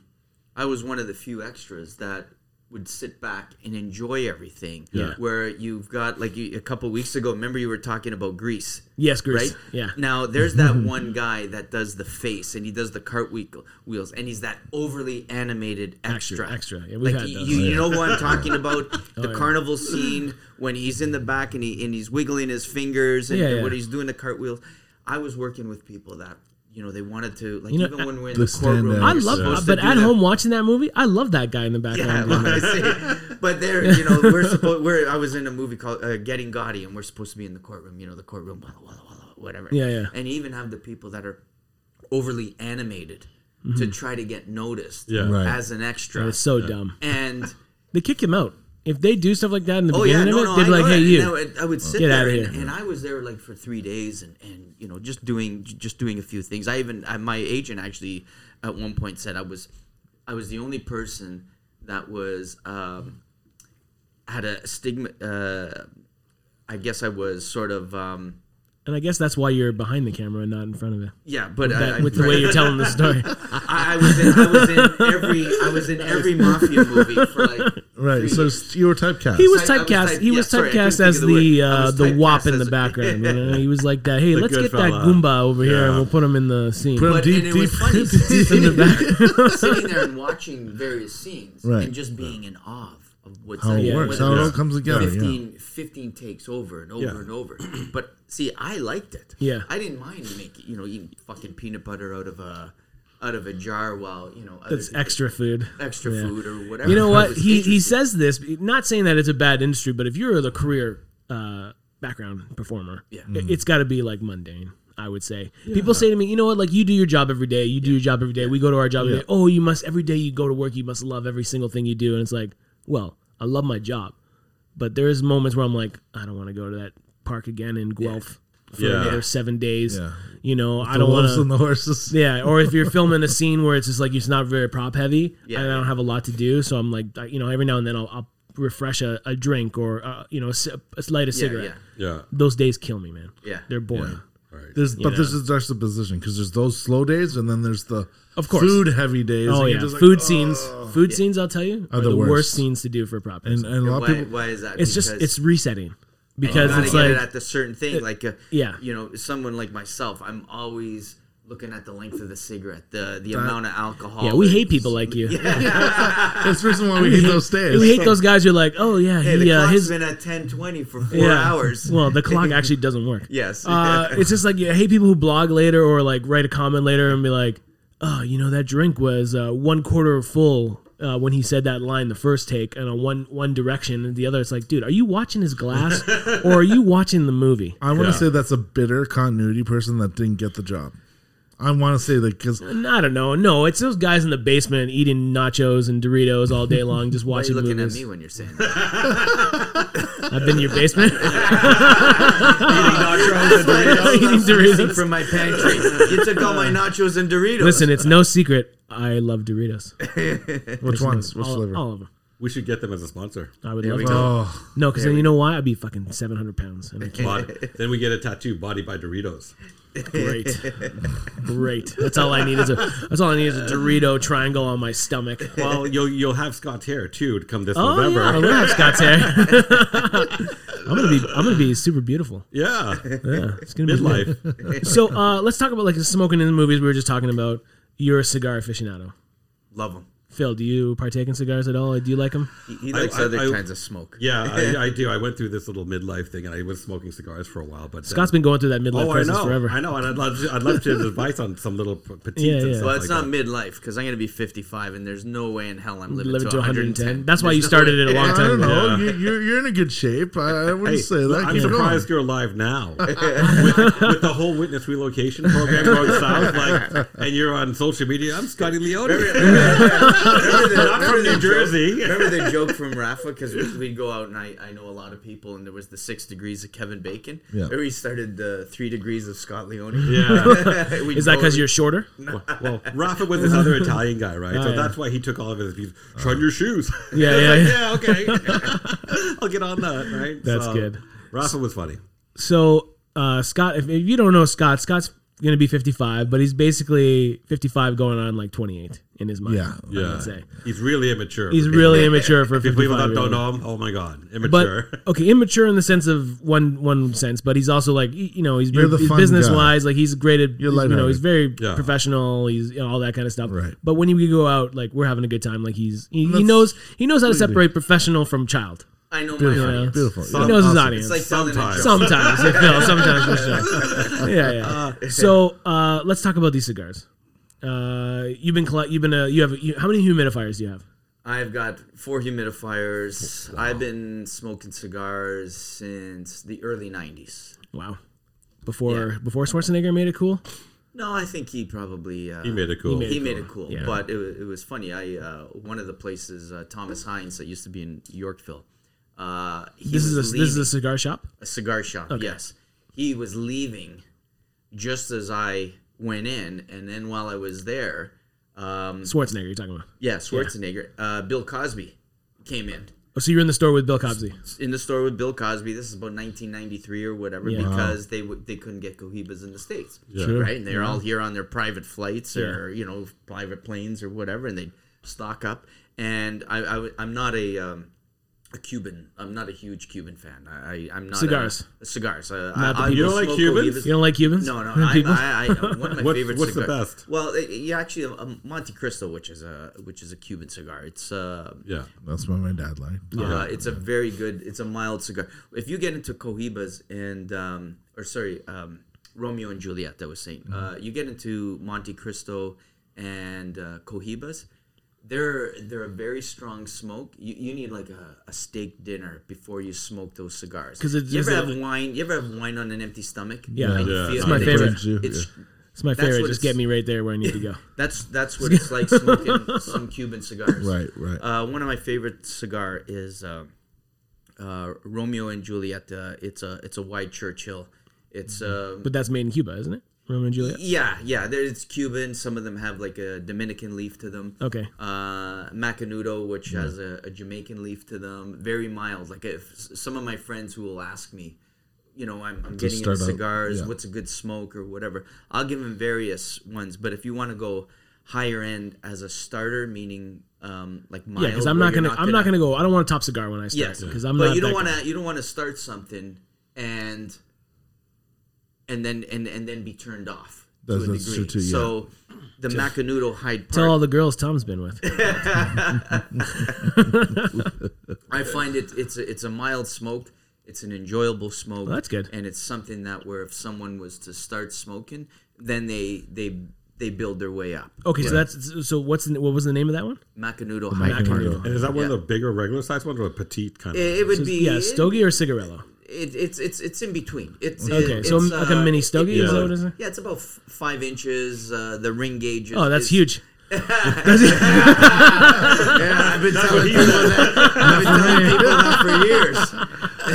S3: I was one of the few extras that would sit back and enjoy everything.
S1: Yeah.
S3: Where you've got like you, a couple weeks ago, remember you were talking about Greece.
S1: yes, Greece.
S3: Right?
S1: Yeah, Mm-hmm.
S3: Now there's that one guy that does the face and he does the cartwheel wheels and he's that overly animated
S1: Extra,
S3: extra.
S1: extra. Yeah, we've
S3: like
S1: had
S3: you,
S1: those.
S3: you, you know what I'm
S1: [laughs]
S3: talking about? the
S1: yeah.
S3: carnival scene when he's in the back and he and he's wiggling his fingers and
S1: Yeah,
S3: and
S1: yeah.
S3: what he's doing the cartwheels. I was working with people that you know they wanted to like
S1: You know,
S3: even when we're in
S2: the
S3: the courtroom.
S2: stand-up.
S1: I
S3: you're
S1: love.
S3: supposed
S1: but
S3: to do
S1: at
S3: that.
S1: home watching that movie, I love that guy in the [laughs]
S3: Yeah,
S1: background.
S3: well, I see. Um, [laughs] But there, you know, we're supposed. We're I was in a movie called uh, Getting Gotti, and we're supposed to be in the courtroom. You know, the courtroom, walla, walla, walla, whatever.
S1: Yeah, yeah.
S3: And you even have the people that are overly animated to try to get noticed
S4: Yeah.
S2: Right.
S3: as an extra.
S1: It's Mm-hmm. so dumb.
S3: And
S1: They kick him out if they do stuff like that in the
S3: oh
S1: beginning
S3: yeah, no,
S1: of it.
S3: no,
S1: they'd
S3: I
S1: be like,
S3: know
S1: "Hey,
S3: that.
S1: you."
S3: And I would- I would sit
S1: Get
S3: there,
S1: outta
S3: and,
S1: here.
S3: and I was there like for three days, and and you know, just doing just doing a few things. I even I, my agent actually at one point said I was I was the only person that was um, had a stigma. Uh, I guess I was sort of um,
S1: And I guess that's why you're behind the camera and not in front of it.
S3: yeah, but I,
S1: That,
S3: I-
S1: with the way you're telling the
S3: [laughs]
S1: story.
S3: I, I was in I was in every I was
S1: [laughs]
S3: in every mafia movie for like three
S2: Right. So
S3: years.
S2: it's- you were typecast.
S1: He was
S3: I- I was
S1: typecast.
S3: type-
S1: he
S3: yeah,
S1: was
S3: sorry, I couldn't
S1: typecast
S3: think
S1: as
S3: of the word.
S1: the
S3: I
S1: uh,
S3: was
S1: the wop
S3: typecast
S1: in the
S3: as a-
S1: background. you
S3: [laughs]
S1: know? He was like that. Hey, let's
S4: good
S1: get that
S4: fella.
S1: Goomba over here, and
S4: Yeah.
S1: we'll put him in the scene.
S2: Put him
S3: But-
S2: deep,
S3: and it
S2: deep,
S3: was
S2: [laughs]
S3: funny.
S2: deep, deep in the back.
S3: [laughs] sitting there and watching various scenes
S2: Right.
S3: and just being in awe of- of what's
S2: How it
S1: Yeah.
S2: works.
S3: whether
S2: How it
S3: it's
S2: all comes together. Yeah.
S3: 15, 15 takes over and over
S4: Yeah.
S3: and over. But see, I liked it.
S1: Yeah.
S3: I didn't mind making, you know, eating fucking peanut butter out of a out of a jar while you know other
S1: It's
S3: people-
S1: extra food.
S3: extra
S1: Yeah.
S3: food or [laughs] whatever.
S1: You know
S3: That
S1: what?
S3: was
S1: He he
S3: interesting.
S1: says this, not saying that it's a bad industry, but if you're the career uh, background performer,
S3: Yeah.
S1: it,
S2: Mm-hmm.
S1: has got to be like mundane. I would say people say to me, you know what? Like you do your job every day. You do your job every day. We go to our job every day. Oh, you must every day you go to work. You must love every single thing you do. And it's like, well, I love my job, but there is moments where I'm like, I don't want to go to that park again in Guelph for
S4: Yeah.
S1: another seven days.
S2: Yeah.
S1: You know, I
S2: [laughs] The
S1: don't want
S2: wolves
S1: to.
S2: and the horses.
S1: Yeah, or if you're filming a scene where it's just like it's not very prop heavy,
S3: Yeah,
S1: and I don't
S3: yeah.
S1: have a lot to do, so I'm like, I- you know, every now and then I'll, I'll refresh a, a drink or uh, you know, a, ci- a light a
S3: yeah,
S1: cigarette.
S3: yeah,
S4: Yeah.
S1: Those days kill me, man.
S3: Yeah.
S1: they're boring.
S4: All right.
S2: There's, but
S1: know.
S2: there's a juxtaposition because there's those slow days and then there's the
S1: Of course.
S2: food heavy days.
S1: Oh
S2: and you're
S1: yeah,
S2: just like,
S1: food
S2: "Oh."
S1: scenes, food scenes. I'll tell you, are the,
S2: the
S1: worst.
S2: worst.
S1: scenes to do for prop.
S2: And, and a lot of
S3: Why,
S2: people.
S3: why is that?
S1: it's just
S3: Because- Oh,
S1: it's resetting because
S3: you gotta
S1: it's
S3: get
S1: like
S3: it at the certain thing. like, uh,
S1: yeah.
S3: you know, someone like myself, I'm always looking at the length of the cigarette, the the amount of alcohol.
S1: yeah, we
S3: and-
S1: hate people like
S3: [laughs]
S1: you. [laughs]
S2: That's the reason why we hate those days.
S1: We hate those guys who are like, oh yeah,
S3: Hey, the
S1: he, uh,
S3: clock's
S1: his
S3: been at ten twenty
S1: [laughs]
S3: for four
S1: yeah.
S3: hours.
S1: Well, the
S3: [laughs]
S1: clock actually doesn't work.
S3: yes, [laughs]
S1: Uh, it's just like yeah, I hate people who blog later or like write a comment later and be like, "Oh, you know that drink was uh, one quarter full uh, when he said that line the first take, and on one one direction and the other." It's like, dude, are you watching his
S3: [laughs]
S1: glass or are you watching the movie?
S2: I want to
S4: Yeah.
S2: say that's a bitter continuity person that didn't get the job. I want to say that because
S1: And I don't know. No, it's those guys in the basement eating nachos and Doritos all day long, just
S3: [laughs] Why are
S1: watching
S3: you looking
S1: movies.
S3: at me when
S1: [laughs]
S3: you're saying that?
S1: I've been in your
S3: [laughs]
S1: basement
S3: nachos and Doritos.
S1: [laughs] eating
S3: Missing
S1: Doritos.
S3: from my
S1: [laughs]
S3: pantry. You took all my nachos and Doritos.
S1: Listen, it's no secret. I love Doritos.
S2: which ones?
S4: Oh,
S2: Which
S1: All,
S2: flavor?
S1: all of them.
S4: We should get them as a sponsor.
S1: I would
S3: There
S1: love
S3: we
S1: to.
S3: go.
S2: Oh,
S1: No, because then you know why? I'd be fucking 700 pounds. And I can't.
S3: [laughs]
S4: Bod- then we get a tattoo, body by Doritos.
S1: Great,
S4: [laughs]
S1: great. That's all I need is a. That's all I need is a Dorito triangle on my
S4: [laughs]
S1: stomach.
S4: Well, you'll you'll have Scott's hair too to come this
S1: Oh yeah, I
S4: November.
S1: will have Scott's hair. I'm gonna be. I'm gonna be super beautiful.
S4: [laughs] Yeah,
S1: Yeah, it's gonna be
S4: midlife.
S1: good. So uh, let's talk about like smoking in the movies. We were just talking about. You're a cigar aficionado.
S3: Love them.
S1: Phil, do you partake in cigars at all? Do you like them?
S3: He, he likes
S4: I-
S3: other
S4: I-
S3: kinds of smoke.
S4: Yeah,
S3: [laughs]
S4: I, I do. I went through this little midlife thing, and I was smoking cigars for a while. But then-
S1: Scott's been going through that midlife
S4: oh, I
S1: crisis
S4: know,
S1: forever.
S4: I know, and I'd love to, I'd love to have advice on some little p- petites.
S1: Yeah,
S4: and
S1: yeah.
S4: stuff
S3: Well, it's
S4: like
S3: not midlife because I'm going to be 55, and there's no way in hell I'm living,
S1: Living
S3: to 110.
S1: That's why
S3: There's
S1: you
S3: no
S1: started
S3: way.
S1: it a long
S2: I
S1: time
S2: don't
S1: ago.
S2: know. You, you're you're in a good shape. I, I wouldn't
S4: Hey,
S2: say that.
S4: I'm
S2: Keep going.
S4: surprised you're alive [laughs] now with, with the whole witness relocation program going south. Like, and you're on social media. I'm Scotty Leone. [laughs] I'm from
S1: [laughs]
S4: New Jersey.
S3: Remember the joke from Rafa? Because we, we'd go out and I, I know a lot of people, and there was the six degrees of Kevin Bacon.
S2: Yeah.
S3: Or he started the three degrees of Scott Leone.
S4: [laughs] Yeah.
S3: [laughs] We'd
S1: Is that
S3: go
S1: because
S3: over-
S1: you're shorter?
S4: Well, well, Rafa was this other Italian guy, right? so
S1: yeah.
S4: that's why he took all of his views. Shine your [laughs] shoes.
S1: Yeah,
S4: It's
S1: yeah,
S4: like,
S1: yeah.
S4: okay. [laughs] I'll get on that, right?
S1: That's good.
S4: Rafa was funny.
S1: So uh, Scott, if, if you don't know Scott, Scott's gonna be 55, but he's basically 55 going on like 28 in his mind.
S2: Yeah.
S1: I would say.
S4: He's really immature.
S1: He's
S4: for people-
S1: really immature for a
S4: [laughs] If people
S1: 55
S4: that
S1: year
S4: don't
S1: old.
S4: know him, oh my God,
S1: But
S4: immature.
S1: okay, immature in the sense of one one sense, but he's also like y- you know he's, very
S2: the
S1: he's
S2: fun
S1: business wise, like he's great at you know
S2: lighthearted.
S1: he's very
S4: Yeah.
S1: professional, he's you know, all that kind of stuff.
S2: Right.
S1: But when you go out, like we're having a good time, like he's he, he
S2: that's-
S1: knows he knows how to separate professional from child.
S3: I know my
S2: Beautiful.
S3: audience.
S2: Beautiful.
S1: he
S4: Some-
S1: knows his
S4: awesome.
S1: audience.
S3: It's like telling a
S4: Sometimes.
S1: [laughs] Sometimes,
S3: joke.
S1: yeah, Phil, sometimes for sure.
S3: [laughs]
S1: Yeah, yeah. so uh, let's talk about these cigars. Uh, you've been collect, you've been uh, you have you, how many humidifiers do you have?
S3: I've got four humidifiers. I've been smoking cigars since the early 90s.
S1: Wow. Before before Schwarzenegger made it cool.
S3: No, I think he probably uh,
S4: [laughs] he made it cool.
S1: made
S3: he made it cool.
S1: Yeah.
S3: But it, wa- it was funny. I uh, one of the places uh, Thomas Hines that used to be in Yorkville. Uh, he
S1: This
S3: was
S1: is a
S3: leaving
S1: this is a cigar shop.
S3: a cigar shop. Yes, he was leaving just as I went in, and then while I was there, um,
S1: Schwarzenegger, you're talking about.
S3: yeah, Schwarzenegger, Uh, Bill Cosby came in
S1: Oh, so you're in the store with Bill Cosby.
S3: in the store with Bill Cosby. This is about 1993 or whatever
S1: Yeah.
S3: because they w- they couldn't get cohibas in the states,
S2: Sure.
S3: right? And they're all here on their private flights or you know private planes or whatever, and they stock up. And I, I w- I'm not a um, a Cuban. I'm not a huge Cuban fan. I, I I'm not a-
S1: Cigars.
S3: cigars. Uh,
S1: Not the
S3: I, I
S1: people. You
S3: will
S4: don't like
S3: smoke
S4: Cubans?
S3: cohibas.
S1: You don't like Cubans?
S3: No, no, I,
S1: People?
S3: I, I, one of my
S4: What-
S3: favorite
S4: what's the
S3: cigars.
S4: best?
S3: Well, it, yeah, actually, um, Monte Cristo, which is a which is a Cuban cigar. It's uh,
S4: Yeah.
S2: That's what my dad liked.
S1: Uh-huh.
S3: uh, it's a very good. It's a mild cigar. If you get into Cohibas and um,
S1: Mm-hmm.
S3: or sorry, um, Romeo and Juliet, that was saying, uh, you get into Monte Cristo and uh, cohibas. They're they're a very strong smoke. You, you need like a, a steak dinner before you smoke those cigars.
S1: 'Cause it's-
S3: you ever
S1: it's
S3: have wine? You ever have wine on an empty stomach?
S1: Yeah.
S3: And you
S4: Yeah,
S3: feel-
S4: it's
S1: my
S3: and
S1: favorite.
S3: It's, it's-
S1: It's my
S3: That's
S1: favorite.
S3: what
S1: Just
S3: it's-
S1: get me right there where I need to
S3: [laughs]
S1: go.
S3: that's that's what it's like smoking some Cuban cigars.
S2: Right, right.
S3: Uh, one of my favorite cigar is uh, uh, Romeo and Juliet. Uh, it's a it's a white Churchill. It's uh,
S1: But that's made in Cuba, isn't it? Romeo and Juliet.
S3: yeah yeah. There, it's Cuban. Some of them have like a Dominican leaf to them.
S1: Okay.
S3: Uh, Macanudo,
S1: Hmm.
S3: which has a, a Jamaican leaf to them, very mild. Like if s- some of my friends who will ask me, you know, I'm, I'm getting into
S2: start out,
S3: cigars.
S2: yeah.
S3: What's a good smoke or whatever? I'll give them various ones. But if you want to go higher end as a starter, meaning um, like mild,
S1: Yeah, because I'm
S3: where
S1: not
S3: you're
S1: gonna, I'm not gonna go. I don't want a top cigar when I
S3: yeah,
S1: start because I'm
S3: but
S1: not.
S3: you don't
S1: that
S3: want
S1: guy.
S3: to you don't want to start something and and then and and then be turned off. To
S2: That's-
S3: a
S2: that's true
S3: degree.
S2: too, yeah.
S3: So the Macanudo Hyde Park.
S1: Tell all the girls Tom's been
S3: [laughs]
S1: with.
S3: I find it it's a, it's a mild smoke. It's an enjoyable smoke.
S1: Well, that's good.
S3: And it's something that where if someone was to start smoking, then they they they build their way up.
S1: Okay, so that's so. What's the, what was the name of that one?
S2: Macanudo.
S3: Macanudo High Park.
S1: Macanudo.
S4: And is that one
S3: Yeah.
S4: of the bigger regular size ones or a petite kind of?
S3: It, it would be
S1: yeah, stogie or cigarello.
S3: It, it's it's it's in between. It's
S1: Okay,
S3: it-
S1: so
S3: it's,
S1: like a
S3: uh,
S1: mini stogie.
S4: yeah.
S1: Is that what it is?
S3: Yeah, it's about f- five inches. Uh, the ring gauge. Is,
S1: Oh, that's
S3: is-
S1: huge.
S3: Yeah, I've been telling people that. I've been telling people that for years.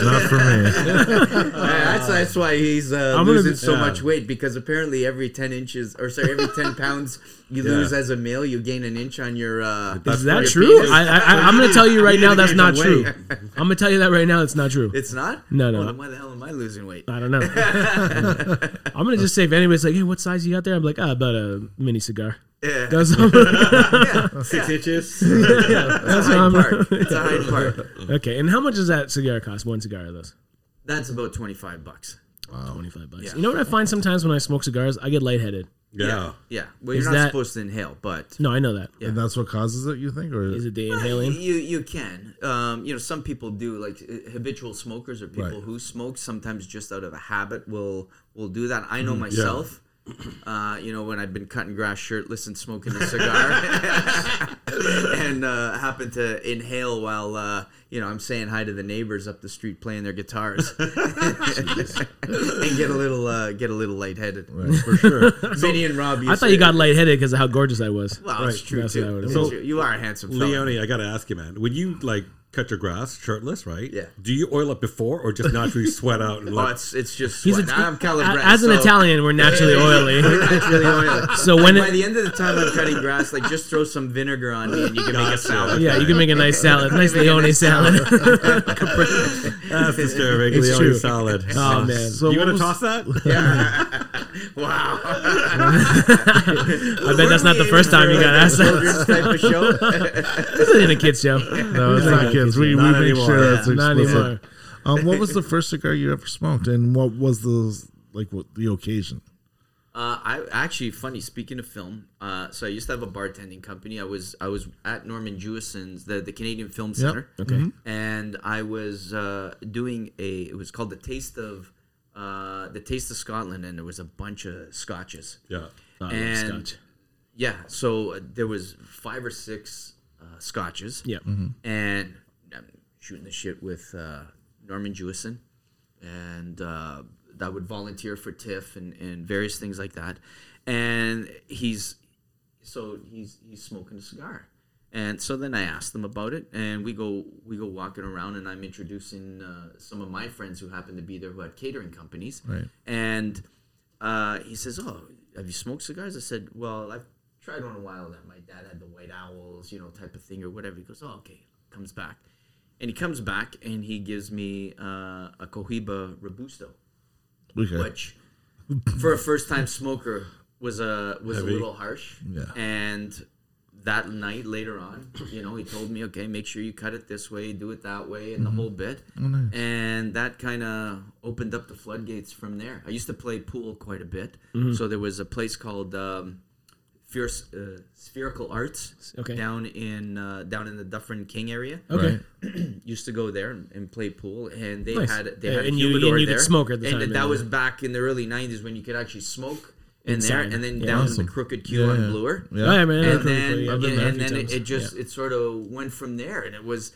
S2: Not for
S4: [laughs]
S2: me.
S3: Yeah, Uh, that's, that's why he's uh,
S1: I'm gonna
S3: losing
S1: be-
S3: so
S4: yeah.
S3: much weight because apparently every ten inches or sorry every
S1: [laughs]
S3: ten pounds you
S4: Yeah.
S3: lose as a male you gain an inch on your. Uh,
S1: Is
S4: That's
S1: that
S4: right.
S1: true?
S3: Penis.
S1: I, I, I, I'm going to tell you right
S4: need
S1: now
S4: to
S1: that's
S4: get
S1: not
S4: your
S1: true.
S4: weight.
S1: I'm going to tell you that right now it's not true.
S3: [laughs] it's not.
S1: No, no.
S3: Well, then why the hell am I losing weight?
S1: I don't know. [laughs] I'm going to just say if anybody's like, hey, what size you got there? I'm like, ah, about a mini cigar.
S3: Yeah.
S1: That's, that's [laughs]
S4: Six inches.
S3: It's a
S1: what I'm-
S3: Hyde Park. It's a Hyde Park.
S1: [laughs] Okay, and how much does that cigar cost? One cigar of those?
S3: That's about twenty five bucks.
S1: 25 bucks.
S3: Yeah.
S1: You know what I find sometimes when I smoke cigars? I get lightheaded.
S4: yeah.
S3: Yeah. Well, you're
S1: Is
S3: not
S1: that-
S3: supposed to inhale, but
S1: No, I know that.
S2: And that's what causes it, you think? Or
S1: Is it the
S3: you
S1: inhaling?
S3: you can. Um, you know, some people do like uh, habitual smokers or people
S2: Right.
S3: who smoke sometimes just out of a habit will will do that. I
S1: Mm-hmm.
S3: know myself. Uh, you know, when I've been cutting grass shirtless and smoking a cigar, [laughs] and uh, happen to inhale while uh, you know I'm saying hi to the neighbors up the street playing their guitars,
S1: [laughs]
S3: [laughs] and get a little uh, get a little lightheaded.
S2: Right, for sure.
S3: [laughs] Vinny and Rob,
S1: I thought you got lightheaded because of how gorgeous I was.
S3: Well, it's true
S1: That's what I
S3: too.
S1: would've
S3: It's
S1: said.
S3: true. you are a handsome. fella.
S4: Leone, I gotta ask you, man. When you like cut your grass shirtless, right?
S3: Yeah.
S4: Do you oil up before or just naturally sweat out? And
S3: Oh,
S4: like,
S3: it's it's just
S1: He's
S3: sweat.
S1: a-
S3: I'm Calabres,
S1: As an
S3: so-
S1: Italian, we're naturally oily.
S3: Naturally
S1: [laughs]
S3: oily.
S1: So when
S3: by
S1: it,
S3: the end of the time I'm cutting grass, like just throw some vinegar on me and you can make a
S4: Gotcha.
S3: salad.
S1: yeah, you can make a nice salad, nice
S3: Make a
S1: Leone
S3: nice
S1: salad.
S3: [laughs]
S4: that's disturbing.
S1: It's
S4: Leone
S1: true.
S4: salad.
S1: [laughs] oh man,
S2: Uh, So
S4: you
S2: what
S4: want to
S2: was-
S4: toss
S1: [laughs]
S4: that?
S3: Wow.
S1: I bet that's not the first time you got asked that. [laughs]
S3: type of show.
S1: This isn't a kids show.
S2: No, it's not kids. We, we
S4: Not
S2: make
S4: anymore.
S2: sure that's
S1: Not
S2: explicit.
S1: anymore.
S2: Um, what was
S4: [laughs]
S2: the first cigar you ever smoked, and what was the like what, the occasion?
S3: Uh, I actually funny. Speaking of film, uh, so I used to have a bartending company. I was I was at Norman Jewison's, the, the Canadian Film Center.
S1: Okay. Mm-hmm.
S3: And I was uh, doing a. It was called the Taste of uh, the Taste of Scotland, and there was a bunch of scotches.
S4: Yeah.
S1: Oh,
S3: And-
S1: scotch.
S3: Yeah, so uh, there was five or six uh, scotches.
S1: Yeah.
S3: and I'm shooting the shit with uh, Norman Jewison, and uh, that would volunteer for TIFF and, and various things like that. And he's so he's he's smoking a cigar, and so then I asked them about it, and we go we go walking around, and I'm introducing uh, some of my friends who happen to be there who had catering companies,
S2: Right.
S3: and uh, he says, "Oh, have you smoked cigars?" I said, "Well, I've tried one a while. That my dad had the White Owls, you know, type of thing or whatever." He goes, "Oh, okay." Comes back, and he comes back and he gives me uh, a Cohiba Robusto,
S2: Okay.
S3: which for a first time smoker was a was a
S4: Heavy.
S3: little harsh.
S2: Yeah.
S3: And that night later on, you know, he told me, okay, make sure you cut it this way, do it that way, and the whole bit. And that kind of opened up the floodgates from there. I used to play pool quite a bit, so there was a place called um, Fierce, uh, Spherical Arts
S1: Okay.
S3: down in uh, down in the Dufferin King area.
S1: Okay.
S2: Right.
S3: used to go there and, and play pool, and they
S1: Nice.
S3: had they
S1: Yeah,
S3: had a
S1: and you- and
S3: humidor
S1: you could
S3: there.
S1: smoke at the
S3: and
S1: time,
S3: that
S1: yeah.
S3: was back in the early '90s when you could actually smoke in there,
S1: Inside.
S3: and then
S1: Yeah.
S3: down to
S2: Awesome.
S3: the crooked Q
S2: Yeah,
S3: on
S2: yeah.
S3: Bloor.
S2: Yeah.
S1: Oh, yeah, man.
S3: and
S1: that's really
S3: then,
S1: cool, yeah. I've been there
S3: and,
S1: a
S3: and
S1: few
S3: then it,
S1: times,
S3: it just
S1: yeah.
S3: it sort of went from there and it was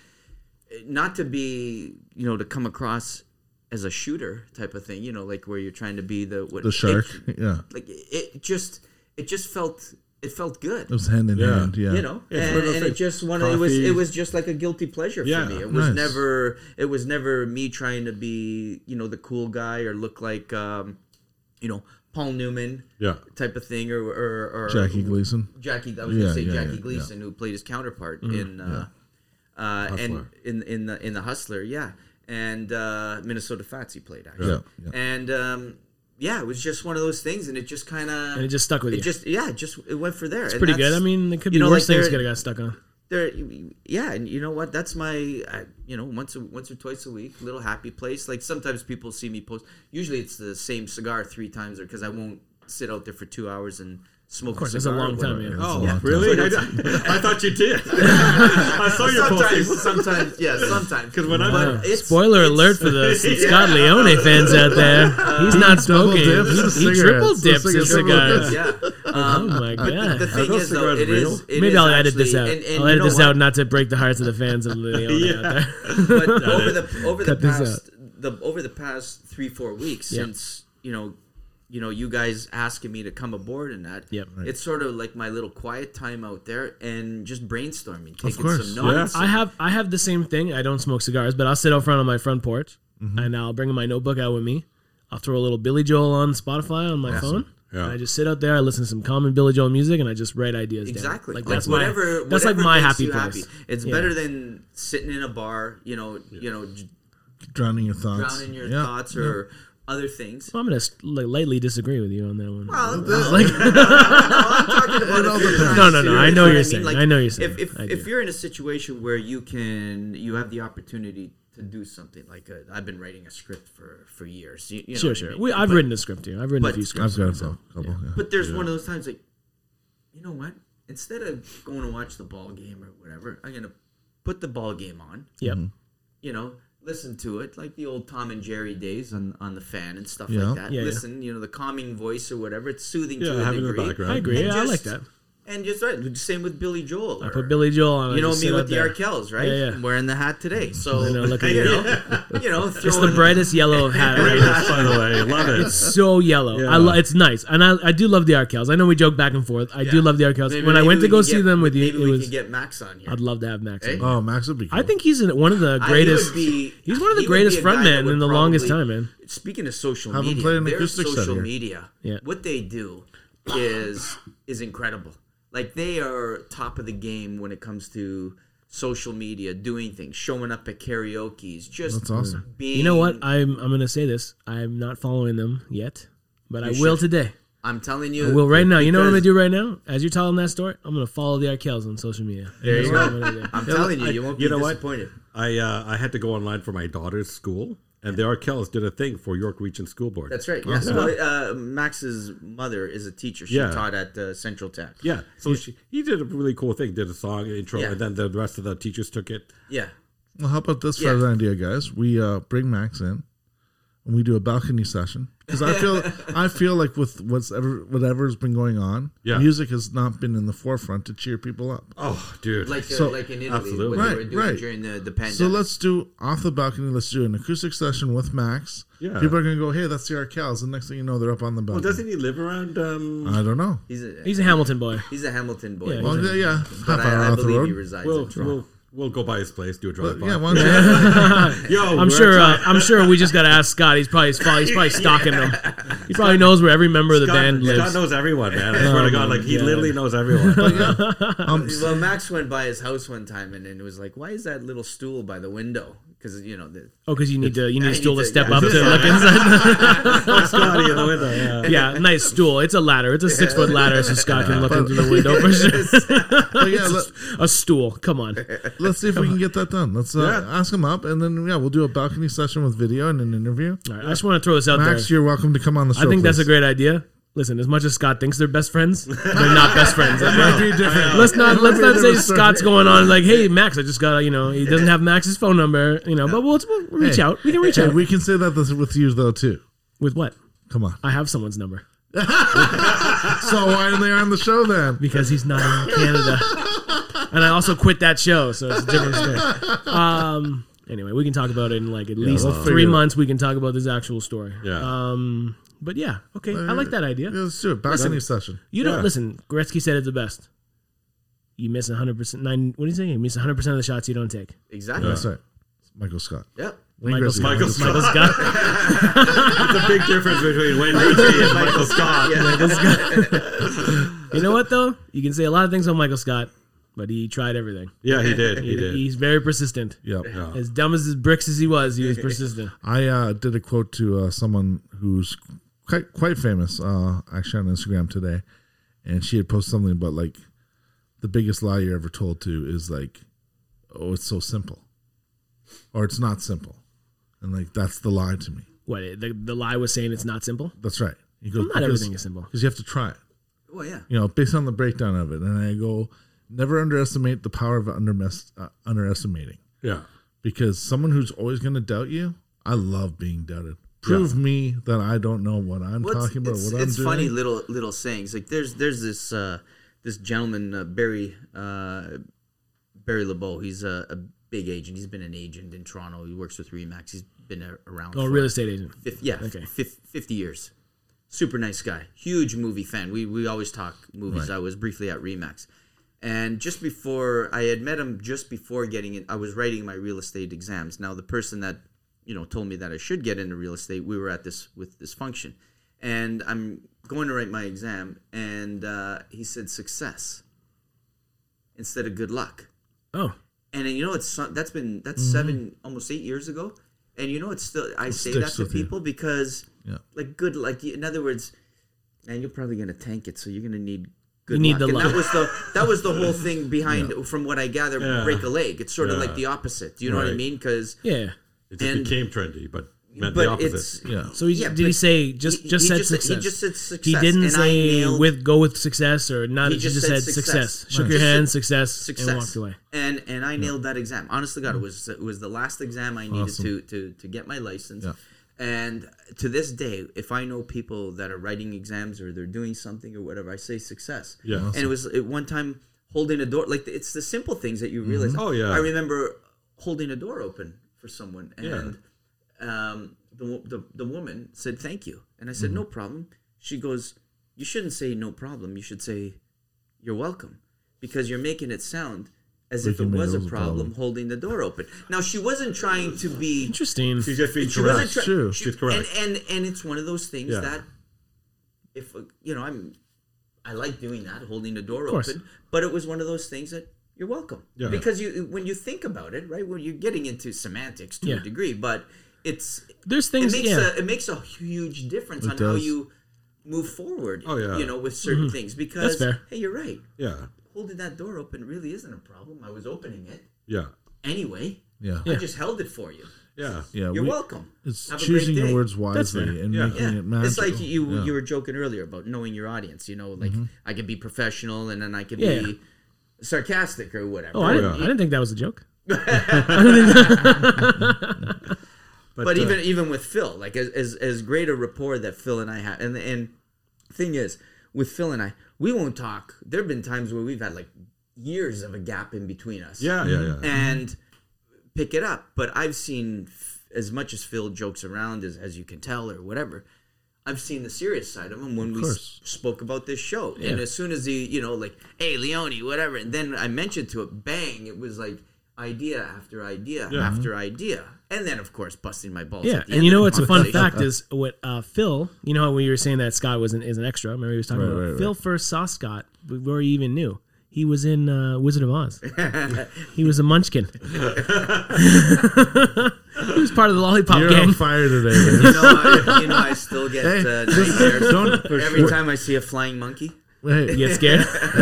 S3: not to be you know to come across as a shooter type of thing you know like where you're trying to be the what,
S2: The shark.
S3: it,
S2: yeah.
S3: like it just it just felt it felt good
S2: It was hand in
S4: Yeah.
S2: hand. Yeah.
S3: you know
S4: Yeah, it's
S3: and,
S4: one of those
S3: and it
S4: things.
S3: just one of- it was
S4: Coffee.
S3: it was just like a guilty pleasure
S4: Yeah,
S3: for me it was
S2: nice.
S3: never it was never me trying to be you know the cool guy or look like um you know Paul Newman
S4: Yeah.
S3: type of thing or or, or
S2: Jackie Gleason.
S3: Jackie. I was
S2: Yeah,
S3: gonna say
S2: yeah,
S3: Jackie
S2: yeah, Mm, yeah.
S3: Gleason, who played his counterpart in uh, uh, and
S4: Hustler.
S3: in in the in the Hustler, yeah, and uh, Minnesota Fats he played actually,
S2: Yeah, yeah.
S3: and um, yeah, it was just one of those things, and it just kind of
S1: And it just stuck with
S3: it
S1: you.
S3: just yeah, it just it went for there. It's
S1: pretty good. I mean, it could be
S3: you know,
S1: worse
S3: like
S1: things
S3: there-
S1: could have got stuck on.
S3: there yeah and you know what that's my I, you know once a, once or twice a week little happy place like sometimes people see me post usually it's the same cigar three times or because i won't sit out there for two hours and smoke
S1: course,
S3: a
S1: that's a
S3: cigar or
S1: long time,
S3: whatever.
S1: yeah.
S4: Oh,
S2: long time.
S4: really? I, [laughs] I thought you did. I saw your
S3: sometimes
S4: posting.
S3: [laughs] sometimes yeah sometimes
S4: Because when I'm
S3: But
S1: Yeah.
S3: it's-
S1: Spoiler
S3: it's- Uh,
S1: alert for
S3: [laughs]
S1: the
S4: Yeah.
S1: Scott Leone fans out there. He's not
S2: double
S1: smoking.
S2: dips
S1: He-
S2: his
S1: He
S2: cigarettes.
S1: triple
S2: Those
S1: dips his
S2: cigarettes. Triple
S1: cigars. [laughs]
S2: dips.
S3: yeah
S1: Oh
S3: um,
S1: my god.
S3: the thing
S4: those
S3: is though
S4: cigarettes
S3: it
S4: real?
S3: is it
S1: Maybe
S3: is
S1: I'll edit this out.
S3: actually- and- and
S1: I'll
S3: you
S1: edit
S3: know
S1: this
S3: what?
S1: out not to break the hearts of the fans of
S3: [laughs]
S1: Leone out there. [laughs]
S3: but over the over the
S1: Cut this
S3: past the over the past three four weeks
S1: Yeah.
S3: since you know you know you guys asking me to come aboard and that
S1: Yep. Right.
S3: it's sort of like my little quiet time out there and just brainstorming taking
S2: course,
S3: some notes
S1: I have I have the same thing. I don't smoke cigars, but I'll sit out front on my front porch
S3: Mm-hmm.
S1: and I'll bring my notebook out with me. I'll throw a little Billy Joel on Spotify on my phone.
S4: Yeah.
S1: And I just sit out there, I listen to some common Billy Joel music, and I just write ideas
S3: exactly
S1: down.
S3: like,
S1: Like, that's
S3: whatever
S1: my that's like
S3: whatever
S1: my
S3: makes
S1: happy
S3: you
S1: place.
S3: it's
S1: Yeah.
S3: better than sitting in a bar you know you know j-
S2: Drowning your thoughts.
S3: drowning your
S2: yeah.
S3: thoughts or other things
S1: I'm gonna like, lightly disagree with you on that one.
S3: [laughs] Well,
S1: like,
S3: no,
S1: no, no, I know you're saying, I know you're saying,
S3: If, if,
S1: I
S3: if
S1: do.
S3: you're in a situation where you can, you have the opportunity to do something like i I've been writing a script for for years. You, you know
S1: sure,
S3: what I
S1: sure.
S3: mean?
S1: We, I've
S3: But-
S1: written a script here. I've written a
S3: but-
S1: few
S2: I've
S1: scripts.
S2: got a couple. yeah.
S3: But there's one of those times like, you know what? Instead of going to watch the ball game or whatever, I'm gonna put the ball game on.
S1: Yep.
S3: You know. Listen to it like the old Tom and Jerry days on, on the fan and stuff
S2: Yeah.
S3: like that.
S1: Yeah, yeah.
S3: listen, you know the calming voice or whatever. It's soothing to
S4: Yeah,
S3: a
S4: have it in the
S3: degree.
S4: background.
S1: I agree.
S3: And
S1: Yeah, I like
S3: just-
S1: that.
S3: And just right, same with Billy Joel.
S1: Put Billy Joel on.
S3: you
S1: and
S3: know
S1: just
S3: me
S1: sit
S3: with
S1: out
S3: the
S1: there.
S3: Arkells, right?
S1: Yeah, yeah.
S3: I'm wearing the hat today, so
S1: I know,
S3: [laughs]
S1: look at
S3: you
S1: you. [laughs]
S3: know, you know,
S1: It's the
S3: throwing- [laughs]
S1: brightest yellow of hat. I've ever
S4: Greatest, by the way. Love it.
S1: so yellow.
S4: Yeah.
S1: I lo- it's nice, and I, I do love the Arkells. I know we joke back and forth. I do
S3: Yeah.
S1: love the Arkells.
S3: Maybe-
S1: when I
S3: maybe
S1: went to
S3: we
S1: go
S3: can
S1: see
S3: get-
S1: them with you,
S3: maybe
S1: it
S3: we
S1: was
S3: could get Max on here.
S1: I'd love to have Max.
S3: Hey.
S1: on.
S2: Oh, Max would be cool.
S1: I think he's in- one of the
S3: I- he
S1: greatest.
S3: would be-
S1: he's one of the
S3: he would
S1: greatest
S3: be a guy that
S1: frontmen
S3: would
S1: in the longest
S3: probably-
S1: time, man.
S3: Speaking of social
S2: Have him
S3: media,
S2: play an
S3: their
S2: acoustic set
S3: social
S2: here.
S3: media,
S1: Yeah.
S3: what they do is is incredible. Like they are top of the game when it comes to social media, doing things, showing up at karaoke's, just
S2: That's awesome.
S3: being.
S1: You know what? I'm I'm gonna say this. I'm not following them yet, but I
S3: You
S1: will
S3: should.
S1: today.
S3: I'm telling you,
S1: I will right now. You know what I'm gonna
S3: because-
S1: do right now? As you're telling that story, I'm gonna follow the Arkells on social media. There
S3: you go. I'm telling you,
S4: I-
S3: you won't be
S4: you know what?
S3: disappointed.
S4: I uh, I had to go online for my daughter's school, and the Arkells did a thing for York Region School Board.
S3: That's right. Yes. Well, uh, Max's mother is a teacher. She
S4: Yeah.
S3: taught at uh, Central Tech.
S4: Yeah. So she he did a really cool thing. Did a song intro,
S3: Yeah.
S4: and then the rest of the teachers took it.
S3: Yeah.
S2: Well, how about this
S3: Yeah.
S2: for an idea, guys? We uh, bring Max in, and we do a balcony session because I
S3: [laughs]
S2: feel I feel like with what's ever whatever's been going on,
S4: Yeah.
S2: music has not been in the forefront to cheer people up.
S4: Oh, dude.
S3: Like uh,
S2: So-
S3: like in Italy,
S4: Absolutely.
S3: what they were
S2: Right,
S3: doing
S2: right.
S3: during the, the pandemic.
S2: So let's do off the balcony. Let's do an acoustic session with Max.
S4: Yeah.
S2: people are gonna go, hey, that's the Arkells, and next thing you know, they're up on the balcony.
S4: well, doesn't he live around? Um,
S2: I don't know.
S3: he's a he's,
S1: He's a Hamilton boy.
S3: [laughs] a Hamilton boy.
S1: Yeah,
S2: Well, yeah, yeah, half
S3: but
S2: hour
S3: I, I
S2: off the
S3: believe
S2: road.
S3: he resides
S4: we'll,
S3: in Toronto.
S4: we'll we'll go by his place, do a
S2: But,
S4: drive by.
S2: yeah, why don't you have-
S4: Yo,
S1: I'm
S4: we're
S1: sure.
S4: outside.
S1: Uh, I'm sure. We just got to ask Scott. He's probably he's probably, he's probably stalking them. He probably knows where every member of the
S4: Scott,
S1: band
S4: Scott
S1: lives.
S4: knows everyone, man. I swear to God, like he
S1: God.
S4: literally knows everyone.
S1: [laughs]
S2: um,
S3: Well, Max went by his house one time and, and was like, "Why is that little stool by the window?" Because you know, the,
S1: Oh, because you need to you need a
S3: you
S1: stool to
S3: need to-
S1: step
S3: yeah.
S1: up to look inside.
S4: Scotty in the window. Yeah.
S1: Yeah, nice stool. It's a ladder. It's a six foot ladder, so Scott can look into the window
S2: [laughs]
S1: for sure.
S2: but yeah, let,
S1: A stool. Come on.
S2: let's see if we can get that done. Let's uh,
S4: Yeah.
S2: ask him up, and then yeah, we'll do a balcony session with video and an interview.
S1: All right, I just want to throw this out
S2: Max,
S1: there.
S2: you're welcome to come on the show.
S1: I think that's a
S2: please.
S1: great idea. Listen, as much as Scott thinks they're best friends, they're not best friends.
S2: Might be different.
S1: Let's not let's not say
S2: Different story.
S1: Scott's going on like, hey Max, I just got a, you know he doesn't have Max's phone number, you know, but we'll, we'll reach
S2: Hey.
S1: out. We can reach
S2: Hey,
S1: out
S2: we can say that this with you though too.
S1: with what?
S2: Come on.
S1: I have someone's number. [laughs]
S2: So why are they on the show then?
S1: because he's not in Canada. and I also quit that show, so it's a different story. Um, anyway, we can talk about it in like at least
S2: we'll
S1: three
S2: figure it-
S1: months. We can talk about this actual story.
S4: Yeah.
S1: Um, but yeah, okay, I like that idea.
S2: Yeah, let's do it. Balcony session.
S1: You don't
S4: Yeah.
S1: listen. Gretzky said it the best. You miss 100 percent nine. What do you say? You miss 100 percent of the shots you don't take.
S3: Exactly.
S2: That's right. Michael Scott.
S3: Yep.
S2: Wayne
S1: Michael
S2: Gretzky.
S1: Scott.
S4: Michael Scott.
S2: [laughs]
S1: Michael Scott.
S4: That's a big difference between Wayne Gretzky and Michael Scott.
S1: Michael Scott. you know what though? You can say a lot of things on Michael Scott, but he tried everything.
S4: Yeah, he did. He did.
S1: He's very persistent.
S2: Yep.
S4: Yeah.
S1: As dumb as his bricks as he was, he was persistent.
S2: I uh, did a quote to uh, someone who's quite quite famous, uh, actually on Instagram today, and she had posted something about like the biggest lie you're ever told to is like, oh, it's so simple, or it's not simple, and like that's the lie to me.
S1: What the, the lie was saying? It's not simple.
S2: That's right. You go,
S1: Well, not everything is simple.
S2: because you have to try it.
S3: Well, yeah.
S2: You know, based on the breakdown of it, and I go, never underestimate the power of undermes- uh, underestimating.
S4: Yeah.
S2: because someone who's always going to doubt you, I love being doubted. Prove me that I don't know what I'm
S3: Well, it's-
S2: talking about.
S3: It's,
S2: what
S3: it's
S2: I'm
S3: funny
S2: doing.
S3: little little sayings. Like there's there's this uh, this gentleman uh, Barry uh, Barry LeBeau. He's a, a big agent. He's been an agent in Toronto. He works with Remax. He's been a, around.
S1: Oh,
S3: for
S1: real estate agent.
S3: fif- yeah,
S1: Okay.
S3: fif- fifty years. Super nice guy. Huge movie fan. We we always talk movies. I was briefly at Remax. And just before I had met him, just before getting in, I was writing my real estate exams. Now the person that you know told me that I should get into real estate, we were at this with this function, and I'm going to write my exam, and uh, he said success instead of good luck
S1: Oh,
S3: and then, you know it's some- that's been that's
S1: Mm-hmm.
S3: seven almost eight years ago and you know it's still i say that
S2: sticks
S3: to
S2: with you.
S3: people because
S2: Yeah.
S3: like good like in other words and you're probably gonna tank it so you're gonna need good
S1: need
S3: luck
S1: the
S3: and that
S1: luck.
S3: was the that was
S1: [laughs]
S3: the whole thing behind from what i gather
S4: Yeah.
S3: break a leg it's sort of like
S4: Yeah.
S3: the opposite you know what i
S4: Right.
S3: mean because
S1: yeah.
S4: It just
S3: And-
S4: became trendy, but meant the
S3: but
S4: opposite.
S3: it's
S2: Yeah.
S1: So he
S3: Yeah,
S1: did he
S3: but
S1: say just
S3: he-
S1: just
S3: he
S1: said
S3: just- he
S1: success?
S3: just said success,
S1: He didn't
S3: and I
S1: say
S3: nailed-
S1: with go with success or not.
S3: He
S1: He,
S3: just
S1: just,
S3: said
S1: said success.
S3: success.
S1: Shook
S2: Nice.
S1: your hand, success,
S3: success
S1: and walked away.
S3: and and i nailed that exam honestly god it was it was the last exam i needed
S2: Awesome.
S3: to to to get my license
S2: Yeah.
S3: and to this day if i know people that are writing exams or they're doing something or whatever i say success
S4: Yeah.
S3: and it was at one time holding a door like it's the simple things that you realize
S4: Oh, yeah.
S3: i remember holding a door open for someone and um, the, wo- the, the woman said thank you and i said no problem she goes you shouldn't say no problem you should say you're welcome because you're making it sound as if it
S2: Making it
S3: was a
S2: was a
S3: problem,
S2: problem.
S3: holding the door open now she wasn't trying to be
S1: Interesting.
S4: She's just being
S3: she wasn't
S4: correct.
S3: try-
S2: true.
S3: she-
S4: She's correct.
S3: and, and and it's one of those things
S4: Yeah.
S3: that if uh, you know i'm i like doing that holding the door
S1: course.
S3: open but it was one of those things that you're welcome
S4: Yeah.
S3: because you when you think about it right well you're getting into semantics to a
S1: Yeah.
S3: degree but it's
S1: There's
S3: it
S1: things.
S3: makes
S1: yeah.
S3: a it makes a huge difference on how
S2: does.
S3: you move forward
S4: Oh, yeah.
S3: you know with certain things because
S1: fair.
S3: hey you're right
S4: yeah.
S3: holding that door open really isn't a problem i was opening it
S4: Yeah.
S3: anyway
S2: Yeah.
S3: i
S2: Yeah.
S3: just held it for you
S4: Yeah.
S3: you're
S2: we-
S3: welcome
S2: It's
S3: Have a great
S2: choosing your
S3: day.
S2: words
S1: That's fair.
S2: wisely and
S4: Yeah.
S2: making
S3: Yeah.
S2: it magical.
S3: It's like you
S2: Yeah. Mm-hmm.
S3: you were joking earlier about knowing your audience. You know, like I can be professional and then I can
S1: Yeah.
S3: be sarcastic or whatever.
S1: Oh, I didn't,
S4: yeah.
S1: I didn't think that was a
S3: [laughs]
S1: joke.
S4: But,
S3: but
S4: uh,
S3: even even with Phil, like as, as as great a rapport that Phil and I have, and and thing is with Phil and I, we won't talk. There have been times where we've had like years of a gap in between us.
S4: Yeah, yeah,
S1: Mm-hmm.
S4: yeah.
S3: and pick it up. But I've seen f- as much as Phil jokes around as, as you can tell or whatever. I've seen the serious side of him when we s-
S2: course.
S3: spoke about this show, and as soon as he, you know, like, hey, Leone, whatever, and then I mentioned to it, bang, it was like idea after idea after idea, and then of course busting my balls.
S1: Mm-hmm. Yeah,
S3: at the
S1: and
S3: end
S1: you
S3: of
S1: know
S3: the
S1: what's a fun
S3: conversation.
S1: fact is what uh, Phil. You know how when you were saying that Scott was an, is an extra. Remember he was talking
S2: Right,
S1: about
S2: right, right.
S1: Phil first saw Scott before he even knew he was in uh, Wizard of
S2: [laughs]
S1: Oz. he was a Munchkin. [laughs] he was part of the Lollipop
S2: You're
S1: Gang.
S2: on fire today. man.
S3: [laughs] You know, I, you know, I still
S1: [laughs]
S3: get
S2: Hey,
S3: uh,
S2: just
S3: nightmares
S2: don't-
S3: every time I see a flying monkey.
S2: hey,
S1: Get scared? [laughs]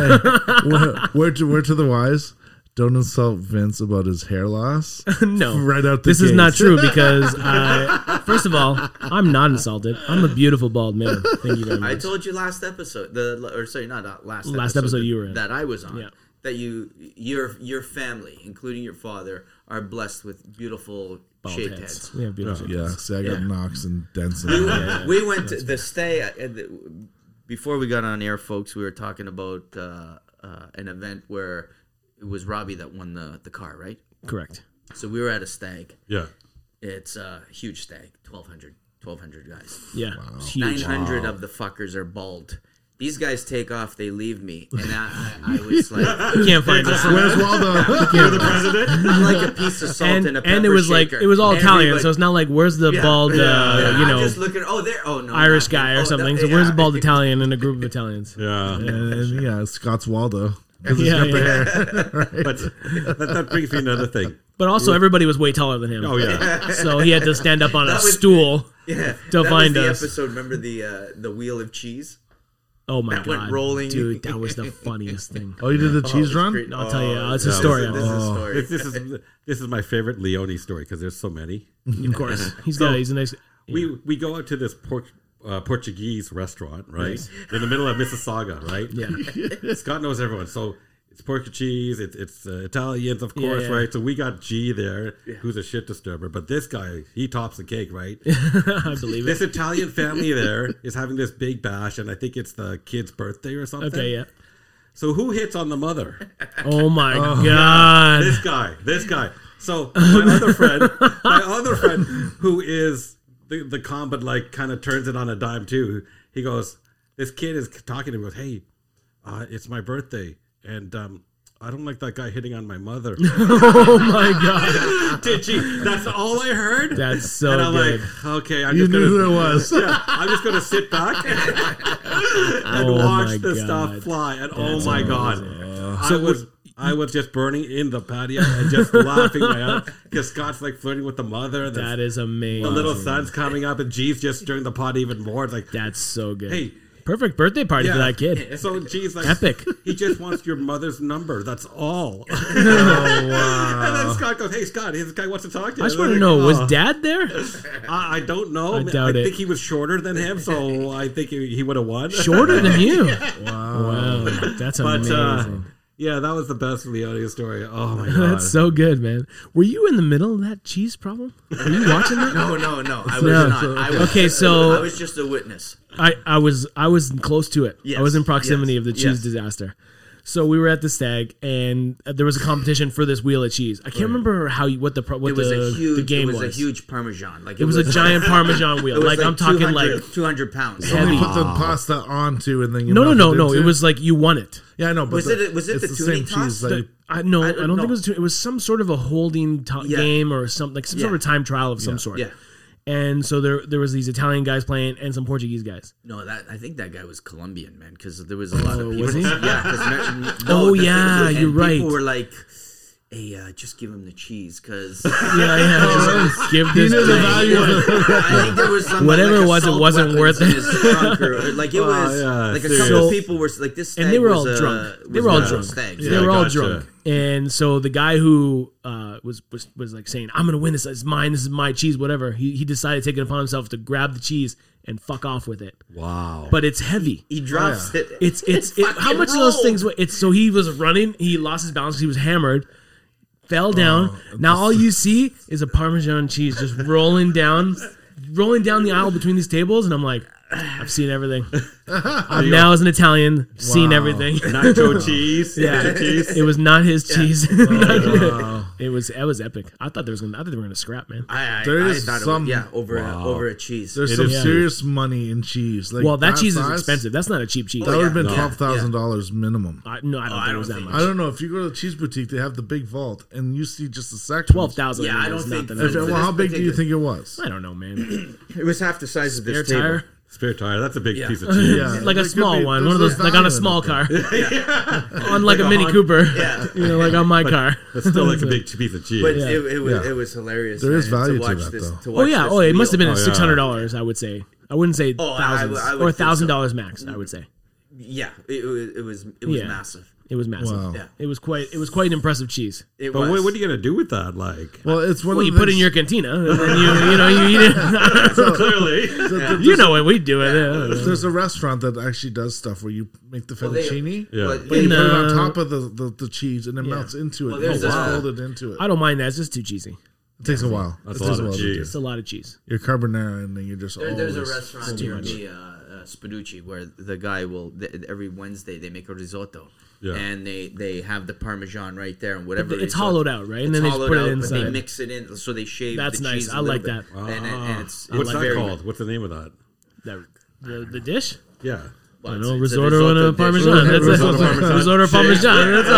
S2: we're, we're, to, we're to the wise. Don't insult Vince about his hair
S3: [laughs]
S2: loss.
S1: no,
S2: Right out the
S1: This is not
S2: gate.
S1: true because I, first of all, I'm not insulted. I'm a beautiful bald man. Thank you very
S3: I
S1: much.
S3: told you last episode, the or sorry, not uh, last
S1: Last episode
S3: that,
S1: you were in.
S3: that I was on.
S1: Yeah.
S3: That you your your family, including your father, are blessed with beautiful
S1: Heads.
S3: shaved heads.
S2: Oh,
S1: We have beautiful.
S2: Yeah, see, I got Knox and Denson.
S3: We went to uh, the stay at the, before we got on air, folks, we were talking about uh, uh, an event where it was Robbie that won the the car, right?
S1: Correct.
S3: So we were at a stag.
S4: Yeah.
S3: It's a huge stag, 1,200, 1,200 guys.
S1: Yeah. It's Huge.
S3: 900 of the fuckers are bald. These guys take off, they leave me. And I, I, I was like,
S1: You can't find this.
S2: Where's
S3: [laughs]
S2: Waldo?
S4: You're the president.
S3: I'm like a piece of salt
S1: And,
S3: in a pepper
S1: and it was like
S3: shaker.
S1: it was all Italian,
S3: Everybody-
S1: so it's not like where's the
S3: Yeah,
S1: bald,
S3: yeah,
S1: uh,
S3: yeah.
S1: you
S3: I'm
S1: know,
S3: just looking. Oh, there. Oh no,
S1: Irish
S3: not
S1: guy
S3: him.
S1: or
S3: Oh,
S1: something.
S3: that-
S1: so where's
S3: yeah.
S1: the bald Italian in a group of Italians?
S3: [laughs]
S4: Yeah.
S2: and yeah, Scott's Waldo.
S1: Yeah, yeah.
S4: But that, that brings me to another thing.
S1: But also everybody was way taller than him.
S4: Oh, yeah.
S1: [laughs] So he had to stand up on a
S3: [laughs] That was-
S1: stool.
S3: Yeah,
S1: They'll
S3: that
S1: find
S3: was the
S1: us.
S3: episode. Remember the uh, the wheel of cheese?
S1: Oh my
S3: That
S1: god.
S3: went rolling.
S1: Dude, that was the
S3: [laughs]
S1: funniest thing.
S2: Oh, you did the cheese run?
S3: Great-
S1: I'll tell you, uh,
S3: oh,
S1: it's
S3: this
S1: a
S3: is-
S1: story.
S3: This is a story.
S4: This, this is this is my favorite Leone story because there's so many.
S1: Of
S3: [laughs]
S1: course. He's got he's a nice [laughs]
S4: We we go out to this por- uh, Portuguese restaurant, right? In the middle of Mississauga,
S1: [laughs]
S4: right? Yeah. [laughs] Scott knows everyone, so it's Portuguese, it's it's uh, Italians, of course,
S1: yeah.
S4: right? So we got G there, who's a shit disturber, but this guy he tops the
S1: [laughs]
S4: cake, right?
S1: I
S3: [laughs]
S1: believe it.
S4: this Italian family there is having this big bash, and I think it's the kid's birthday or something.
S1: Okay, yeah.
S4: So who hits on the mother?
S1: Oh my
S3: [laughs]
S1: god.
S4: this guy, this guy. So my other friend, my other friend, who is the, the calm but like kind of turns it on a dime too. He goes, this kid is talking to me. Goes, hey, uh, it's my birthday, and um, I don't like that guy hitting on my mother.
S1: [laughs] Oh my god.
S4: [laughs] Did you? That's all I heard.
S1: That's so
S4: and I'm
S1: good.
S4: like, okay, I'm
S2: You
S4: just
S2: knew who it
S3: [laughs]
S4: gonna,
S2: was.
S4: yeah, I'm just gonna sit back and
S1: [laughs] Oh my
S4: watch the
S1: God.
S4: stuff fly. And
S1: That's
S4: oh my god, I was I was just burning in the patio and just laughing my out because Scott's like flirting with the mother. And the,
S1: That is
S4: the
S1: amazing.
S4: little son's coming up, and G's just stirring the pot even more. It's like,
S1: That's so good.
S4: hey,
S1: Perfect birthday party for
S4: Yeah.
S1: that
S3: [laughs]
S1: kid.
S4: so G's like
S1: Epic.
S4: He just wants your mother's number. That's all.
S1: [laughs]
S2: Oh, wow.
S4: and then Scott goes, "Hey, Scott, this guy wants to talk to you."
S1: I just want
S4: And
S1: to
S4: I'm
S1: know,
S4: like,
S1: was
S4: "Oh."
S1: dad there?
S4: I, I don't know. I,
S1: doubt it.
S4: think he was shorter than him, so I think he, he would
S1: [laughs]
S4: have won. [laughs]
S1: Shorter than
S3: [laughs]
S1: you.
S2: Wow.
S1: Wow. That's
S4: but
S1: amazing.
S4: uh, yeah, that was the best Leone story.
S3: [laughs]
S4: Oh my god!
S1: That's so good, man. Were you in the middle of that cheese problem? Were you watching that?
S3: No, no, no. I was
S1: No.
S3: not. I
S1: [laughs]
S3: was
S1: Okay,
S3: just-
S1: so-
S3: I was just a witness.
S1: I, I was I was close to it. I
S3: Yes,
S1: was in proximity
S3: yes,
S1: of the cheese
S3: yes.
S1: disaster. So we were at the stag, and uh, there was a competition for this wheel of cheese. I can't remember how you, what the pro- what
S3: It was
S1: the,
S3: a huge.
S1: the game
S3: it was,
S1: was.
S3: a huge parmesan. Like
S1: it was a [laughs] giant parmesan
S3: [laughs] it
S1: wheel.
S3: was
S1: Like, I'm talking like
S3: 200 200 pounds.
S1: Heavy.
S2: You put the pasta onto and then you
S1: no no
S2: melted
S1: no no.
S2: into
S1: It was like you won it.
S2: yeah I know but
S3: Was
S2: the-
S3: it- was it
S2: it's same
S3: the toonie toss?
S2: cheese that
S1: The- [laughs]
S2: you-
S1: I no, I
S3: I
S1: don't,
S3: don't
S1: think it
S3: know.
S1: was. two- It was some sort of a holding to-
S3: Yeah.
S1: game or something like some sort
S3: Yeah.
S1: of time trial of some sort.
S3: Yeah.
S1: And so there there was these Italian guys playing and some Portuguese guys.
S3: No, that I think that guy was Colombian, man, because there was a lot of
S1: Oh,
S3: people.
S1: was he?
S3: Yeah.
S1: [laughs]
S3: 'cause me- no,
S1: Oh,
S3: the thing
S1: yeah,
S3: is,
S1: you're
S3: and
S1: right.
S3: People were like, "Hey, uh, just give him the
S1: [laughs]
S3: cheese," because
S1: Yeah, yeah. [laughs] just give this.
S2: knew the
S1: guy-
S2: value of it.
S3: I think there was some,
S1: Whatever
S3: like,
S1: it was, it
S3: assault
S1: wasn't
S3: weapons
S1: worth it.
S3: in his trunk or-
S1: [laughs]
S3: like it was
S4: yeah,
S3: like a
S4: serious.
S3: couple
S1: So-
S3: of people were like this,
S1: and
S3: stag
S1: they were
S3: was,
S1: all
S3: uh,
S1: drunk. They
S3: was
S1: were all
S3: not
S1: drunk.
S3: Stags,
S1: they
S4: Yeah,
S1: were all
S4: gotcha.
S1: drunk. And so the guy who uh, was, was was like saying, "I'm gonna win this. It's mine. This is my cheese. Whatever." He, he decided to take it upon himself to grab the cheese and fuck off with it.
S4: wow.
S1: But it's heavy.
S3: He drops it.
S1: [laughs] It's it's it, how
S3: fucking
S1: much of those
S3: rolled.
S1: things? were- It's so he was running. He lost his balance. He was hammered.
S3: Oh,
S1: Fell down. now all you see is a Parmesan cheese just rolling down, rolling down the aisle between these tables. And I'm like, I've seen
S3: [laughs]
S1: everything. I'm now as an Italian, seen
S2: Wow.
S1: everything.
S4: nacho cheese.
S1: Yeah,
S4: nacho cheese.
S1: [laughs] it was not his cheese. Not his- [laughs] it was it was epic. I thought there was gonna, I thought they were gonna scrap, man.
S3: I, I,
S2: There
S3: I
S2: is
S3: thought
S2: some-
S3: it was, yeah over a, over a cheese.
S2: There's some
S1: is.
S2: serious money in cheese. Like
S1: well, that, cheese
S2: size,
S1: is expensive. That's not a cheap cheese.
S2: That would have been
S3: Yeah.
S2: twelve thousand dollars minimum.
S1: I, no, I don't
S3: Oh, I
S1: think it was
S3: don't
S1: that
S3: think-
S2: I
S1: much.
S2: don't know if you go to the cheese boutique, they have the big vault, and you see just a section.
S1: Twelve thousand.
S3: Yeah, I don't think-
S2: If-
S3: For
S2: Well,
S3: this
S2: how big do you
S3: particular-
S2: think it was?
S1: I don't know,
S3: [clears throat]
S1: man.
S3: it was half the size of
S1: Air
S3: this table.
S1: tire,
S4: Spare tire. That's a big piece of
S3: [laughs]
S4: cheese.
S2: Yeah,
S1: like a
S2: There could
S1: small
S2: be-
S1: one, one of
S2: there's
S1: those like on
S2: value
S1: a
S2: in
S1: small
S2: it.
S1: car, on like, a Mini
S4: Hon-
S1: Cooper,
S3: Yeah.
S1: [laughs] you know, like on my car.
S4: That's still like a big piece of cheese.
S3: But it, it was
S2: Yeah.
S3: it was hilarious.
S2: There
S3: man,
S2: is value to
S3: to watch
S2: that,
S3: this.
S2: though.
S3: To
S1: Oh
S3: watch
S1: yeah,
S3: this
S1: oh it must have
S3: meal.
S1: been at
S4: yeah.
S1: six hundred dollars. I would say. I wouldn't say
S3: Oh, I- I
S1: thousands
S3: would- I would
S1: or
S3: think so.
S1: thousand dollars max. I would say
S3: Yeah, it, was it was it was
S1: Yeah.
S3: massive.
S1: it was massive.
S2: Wow.
S3: Yeah.
S1: It was quite. It was quite an impressive cheese.
S3: It
S4: But
S3: was.
S4: what, what are you gonna do with that? Like
S2: Well, it's one
S1: Well,
S2: of
S1: you
S2: the
S1: put it in your cantina, and then you you know you eat it.
S3: [laughs]
S4: clearly,
S1: [laughs] you know what we do it. uh,
S2: There's a restaurant that actually does stuff where you make the
S3: they-
S2: fettuccine,
S4: Yeah.
S3: But,
S2: but you put it
S1: No.
S2: on top of the, the, the cheese and it melts into it.
S3: Well,
S2: it's
S3: there's a-
S2: folded into it.
S1: I don't mind that. It's just too cheesy.
S2: It takes a while.
S4: That's
S2: it
S4: a
S2: takes
S4: lot of
S2: to
S4: cheese.
S2: do.
S1: It's a lot of cheese.
S2: Your carbonara, and then you're just
S3: There,
S2: always
S3: there's a restaurant
S2: full
S3: near
S2: of
S3: me, uh, uh, Spaducci, where the guy will th- every Wednesday they make a risotto,
S4: Yeah.
S3: and they they have the parmesan right there and whatever.
S1: It's
S3: risotto-
S1: hollowed out, right? And
S3: it's
S1: then they just
S3: hollowed
S1: put it
S3: out, but They
S1: inside.
S3: mix it in, so they shave.
S1: That's
S3: the
S1: nice.
S3: cheese a
S1: I
S3: little
S1: like
S3: bit.
S1: that.
S3: And, it-
S2: Ah.
S3: and it's,
S4: Ah. What's
S3: it's
S4: that
S3: very-
S4: called? What's the name of that?
S1: The, the, the dish?
S4: Yeah.
S3: well,
S1: I
S3: it's-
S1: know,
S3: it's a
S1: risotto and a
S3: dish.
S1: parmesan.
S3: [laughs]
S1: That's it.
S2: Risotto parmesan.
S1: Risotto parmesan. That's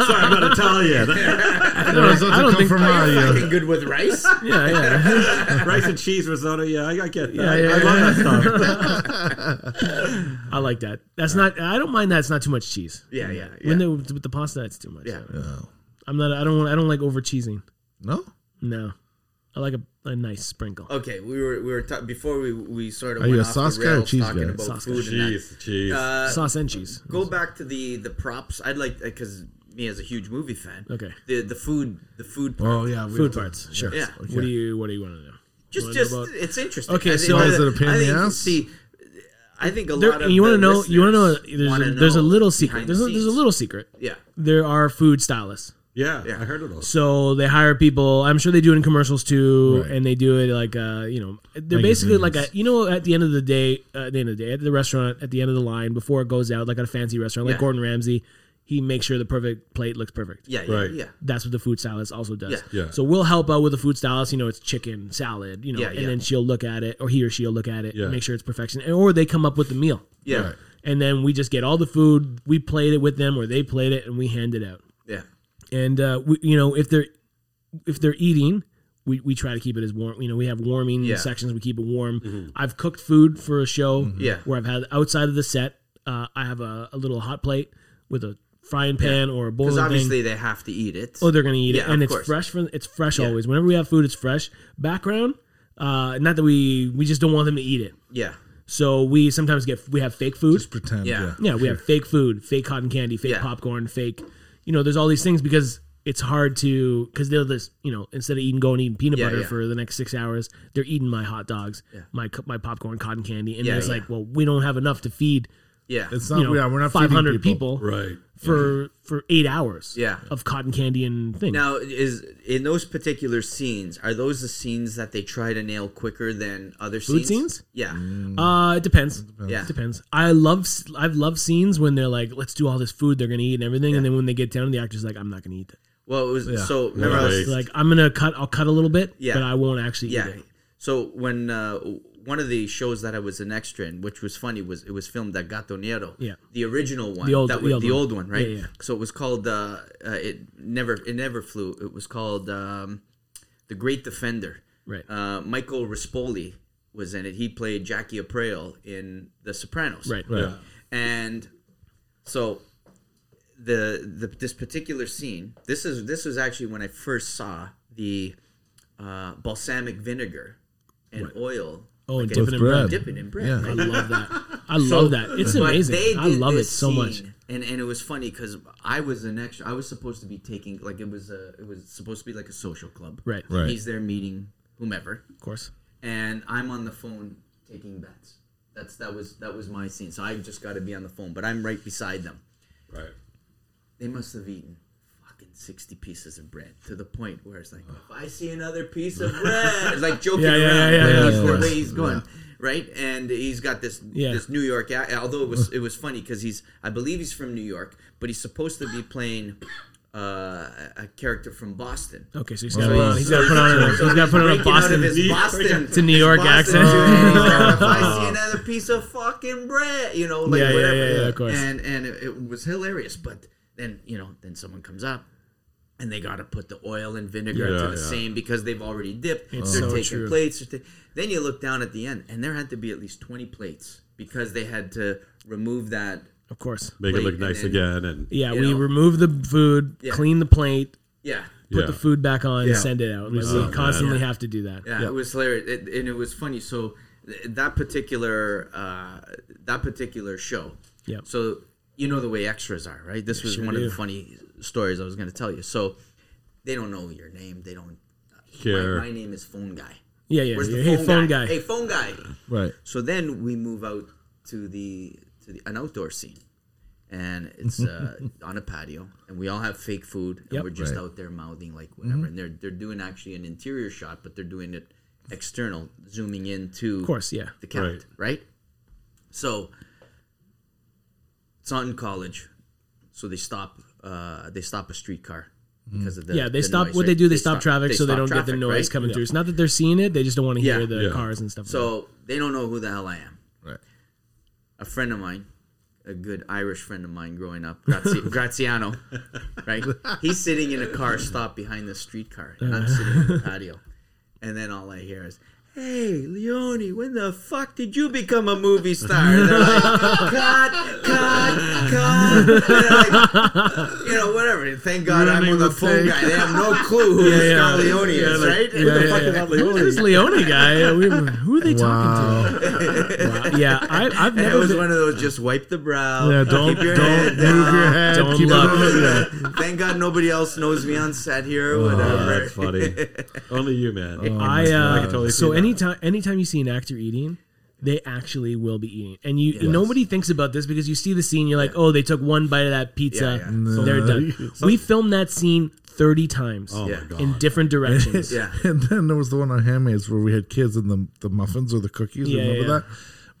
S1: all.
S4: Sorry, I'm
S3: [laughs]
S4: not Italian.
S2: The risotto
S1: I don't
S2: come
S1: think-
S2: from
S3: Are you
S2: Mario.
S3: fucking good with rice? [laughs]
S1: Yeah, yeah.
S4: [laughs] Rice and cheese risotto. Yeah, I, I get that.
S1: Yeah, yeah,
S4: I love
S1: yeah.
S4: that stuff.
S3: [laughs]
S1: I like that. That's not. I don't mind that. It's not too much cheese.
S3: Yeah, yeah,
S1: When they,
S3: yeah.
S1: with the pasta, it's too much.
S3: Yeah.
S2: Oh.
S1: I'm not. I don't want. I don't like over cheesing.
S2: No,
S1: No, I like a, a nice sprinkle.
S3: Okay, we were we were ta- before we we sort of
S2: Are you
S3: went
S2: a
S3: off
S2: sauce
S3: the
S2: guy or
S3: rails
S2: cheese
S3: talking
S2: guy?
S3: about
S4: Oh,
S1: Sauce guy.
S3: food and that.
S4: Cheese, cheese.
S3: Uh,
S1: Sauce and cheese.
S3: go back to the the props. I'd like because me as a huge movie fan.
S1: Okay.
S3: The the food the food part.
S2: oh yeah, we
S1: Food
S2: have to-
S1: parts. Sure.
S3: Yeah.
S1: What do you What do you want to know?
S3: just
S1: wanna
S3: just
S1: know about-
S3: it's interesting.
S1: Okay,
S3: I think
S1: so-
S3: that-
S2: Is it a pain
S3: I
S2: in the
S3: think,
S2: ass?
S3: See, I think a
S1: There-
S3: lot of
S1: and you
S3: want to
S1: know? You want to know? There's a, there's a little secret.
S3: behind the
S1: There's a, there's a
S3: scenes.
S1: little secret.
S3: yeah.
S1: There are food stylists.
S4: yeah,
S3: yeah.
S4: I heard of those.
S1: So they hire people. I'm sure they do it in commercials too,
S2: Right.
S1: and they do it like uh, you know, they're basically like a you know, at the end of the day, uh, at the end of the day, at the restaurant, at the end of the line, before it goes out, like at a fancy restaurant, like
S3: Yeah.
S1: Gordon Ramsay, he makes sure the perfect plate looks perfect.
S3: Yeah, yeah,
S4: Right.
S3: yeah.
S1: That's what the food stylist also does.
S3: Yeah.
S4: Yeah.
S1: So we'll help out with the food stylist. You know, it's chicken salad. You know,
S3: Yeah,
S1: and
S3: yeah.
S1: then she'll look at it, or he or she'll look at it,
S4: Yeah.
S1: and make sure it's perfection, and, or they come up with the meal,
S3: Yeah.
S2: Right.
S1: and then we just get all the food, we plate it with them, or they plate it, and we hand it out
S3: Yeah.
S1: and uh, we, you know if they're if they're eating we, we try to keep it as warm you know we have warming
S3: Yeah. Mm-hmm.
S1: sections we keep it warm i've cooked food for a show
S3: Yeah.
S1: where i've had outside of the set uh, i have a, a little hot plate with a frying pan or a boiling
S3: Because
S1: thing
S3: obviously they have to eat it.
S1: oh they're gonna eat
S3: Yeah,
S1: it
S3: of
S1: and it's
S3: course.
S1: fresh from it's fresh always whenever we have food it's fresh background uh, not that we we just don't want them to eat it
S3: yeah.
S1: so we sometimes get we have fake food
S2: Just pretend.
S3: Yeah.
S2: Yeah.
S1: yeah, we have fake food, fake cotton candy, fake
S3: Yeah.
S1: popcorn, fake. You know, there's all these things because it's hard to because they'll just you know instead of eating going eating peanut
S3: Yeah,
S1: butter
S3: yeah.
S1: for the next six hours, they're eating my hot dogs, my co- my popcorn, cotton candy, and
S3: Yeah,
S1: it's
S3: yeah.
S1: like, well, we don't have enough to feed
S3: Yeah.
S2: It's not.
S1: you know
S2: yeah, we're not feeding
S1: 500 people,
S4: Right.
S1: for for eight hours
S3: Yeah.
S1: of cotton candy and things.
S3: now is in those particular scenes, are those the scenes that they try to nail quicker than other
S1: Food
S3: scenes?
S1: scenes?
S3: Yeah.
S1: Uh, it depends.
S3: Yeah.
S1: It depends. I love s- I've loved scenes when they're like, let's do all this food they're gonna eat and everything, and then when they get down, the actor's like, I'm not gonna eat that.
S3: Well, it was so remember I
S4: Right.
S3: was,
S1: It's like I'm gonna cut. I'll cut a little bit,
S3: Yeah.
S1: but I won't actually
S3: Yeah.
S1: eat it.
S3: So when uh, one of the shows that I was an extra in, which was funny, was it was filmed at Gatonero.
S1: Yeah.
S3: The original one.
S1: The old-
S3: that
S1: the
S3: was,
S1: old
S3: the
S1: one.
S3: old one, right?
S1: Yeah, yeah.
S3: So it was called. Uh, uh, it never. It never flew. It was called um, the Great Defender.
S1: Right.
S3: Uh, Michael Rispoli was in it. He played Jackie Aprile in The Sopranos.
S1: Right.
S4: Yeah.
S3: And so the, the this particular scene, this is this was actually when I first saw the uh, balsamic vinegar and oil.
S1: Oh, and
S3: a-
S1: dipping in bread.
S3: Dipping in bread.
S2: Yeah.
S1: I
S3: right? [laughs]
S1: love that. I
S3: So-
S1: love that. It's
S3: but
S1: amazing.
S3: they
S1: I
S3: did
S1: love it
S3: this
S1: so much.
S3: scene, And and it was funny because I was an extra. I was supposed to be taking like it was a it was supposed to be like a social club.
S1: Right.
S2: Right.
S3: He's there meeting whomever,
S1: Of course.
S3: and I'm on the phone taking bets. That's that was that was my scene. So I just got to be on the phone, but I'm right beside them.
S4: Right.
S3: they must have eaten fucking 60 pieces of bread to the point where it's like if i see another piece of bread it's like joking
S1: Yeah, yeah,
S3: around
S1: yeah,
S3: right?
S1: yeah,
S3: He's-
S1: yeah,
S3: the
S1: yeah.
S3: way he's going right and he's got this
S1: Yeah.
S3: this new york ac- although it
S1: [laughs]
S3: was it was funny because he's i believe he's from new york but he's supposed to be playing uh, a character from boston
S1: Okay, so he's got to he's got to put on a he's got to put on a
S3: Breaking out of
S1: Boston.
S3: his
S1: [laughs] He's
S3: Boston
S1: to New
S3: his
S1: York
S3: Boston [laughs]
S1: accent.
S3: accent.
S1: [laughs]
S3: He's like, if I
S4: [laughs]
S3: see another piece of fucking bread, you know, like
S1: Yeah, yeah,
S3: whatever.
S1: yeah, yeah, of course.
S3: And and it, it was hilarious. But then you know, then someone comes up. And they gotta put the oil and vinegar
S4: Yeah,
S3: to the
S4: yeah.
S3: same because they've already dipped.
S1: It's
S3: they're
S1: so
S3: taking
S1: true.
S3: plates. they're ta- then you look down at the end, and there had to be at least twenty plates because they had to remove that.
S1: of course.
S4: Make it
S3: Wait,
S4: look
S3: and
S4: nice
S3: then-
S4: again. And
S1: Yeah,
S3: You
S1: we
S3: know.
S1: remove the food,
S3: Yeah.
S1: clean the plate,
S3: Yeah,
S1: put
S4: yeah.
S1: the food back on,
S2: Yeah.
S1: send it out. Like, we constantly have to do that.
S3: Yeah, it was hilarious, it, and it was funny. So th- that particular uh, that particular show.
S1: Yep.
S3: So you know the way extras are, right? This was
S1: sure
S3: one of
S1: do.
S3: the funny stories I was going to tell you. So they don't know your name. They don't.
S4: Sure.
S3: My, my name is Phone Guy.
S1: Yeah, yeah.
S3: Where's
S1: yeah.
S3: the
S1: Hey,
S3: phone, guy? Hey, Phone Guy.
S2: Right.
S3: So then we move out to the to the an outdoor scene, and
S1: [laughs]
S3: it's uh, on a patio, and we all have fake food,
S1: Yep.
S3: and
S1: Mm-hmm.
S3: we're just
S2: Right.
S3: out there mouthing like whatever. And they're they're doing actually an interior shot, but they're doing it external, zooming into
S1: Of course, yeah.
S3: the cat,
S4: Right.
S3: right? So it's not in college, so they stop. Uh, they stop a streetcar because of the
S1: Mm-hmm. yeah, they
S3: the
S1: stop
S3: noise,
S1: what
S3: right?
S1: they do. They, stop, traffic so they
S3: stop
S1: don't get the
S3: traffic,
S1: noise
S3: right?
S1: coming through. It's not that they're seeing it; they just don't want to hear
S3: Yeah.
S1: the
S4: Yeah.
S1: cars and stuff. like
S3: So they don't know who the hell I am.
S2: Right.
S3: A friend of mine, a good Irish friend of mine growing up,
S1: [laughs]
S3: Grazi- Graziano, right? He's sitting in a car stop behind the streetcar, and I'm sitting on
S1: [laughs]
S3: the patio. And then all I hear is, Hey, Leone, when the fuck did you become a movie star? And they're like, cut, cut, cut. And they're like, you know, whatever. Thank God I'm
S2: Running
S3: on the
S2: the
S3: phone
S2: take.
S3: guy. They have
S1: [laughs]
S3: no clue who
S1: yeah.
S3: Scott Leone is,
S4: like,
S3: right?
S1: that. Yeah, yeah, yeah. Who is this Leone guy? We- who are they
S2: Wow.
S1: talking to? Wow. Yeah, I, I've
S3: [laughs] And it
S1: never
S3: was
S1: been.
S3: one of those just wipe the brow.
S2: Yeah, don't
S3: keep your
S2: don't
S3: head
S2: move
S3: down.
S2: your head.
S1: Don't
S2: keep it
S1: look.
S2: moving. Yeah.
S3: Thank God nobody else knows me on set here. uh, Or
S4: Oh,
S3: whatever.
S4: that's funny.
S3: [laughs]
S4: Only you, man.
S1: I, uh,
S4: I can totally see
S1: so
S4: that.
S1: anytime anytime you see an actor eating, they actually will be eating, and you nobody thinks about this because you see the scene, you're like, oh, they took one bite of that pizza,
S3: Yeah, yeah.
S1: so they're done. we filmed that scene thirty times
S4: oh
S3: yeah.
S4: my god.
S1: in different directions.
S3: [laughs] Yeah.
S2: [laughs] And then there was the one on Handmaids where we had kids and the the muffins or the cookies.
S1: Yeah,
S2: Remember
S1: yeah.
S2: that?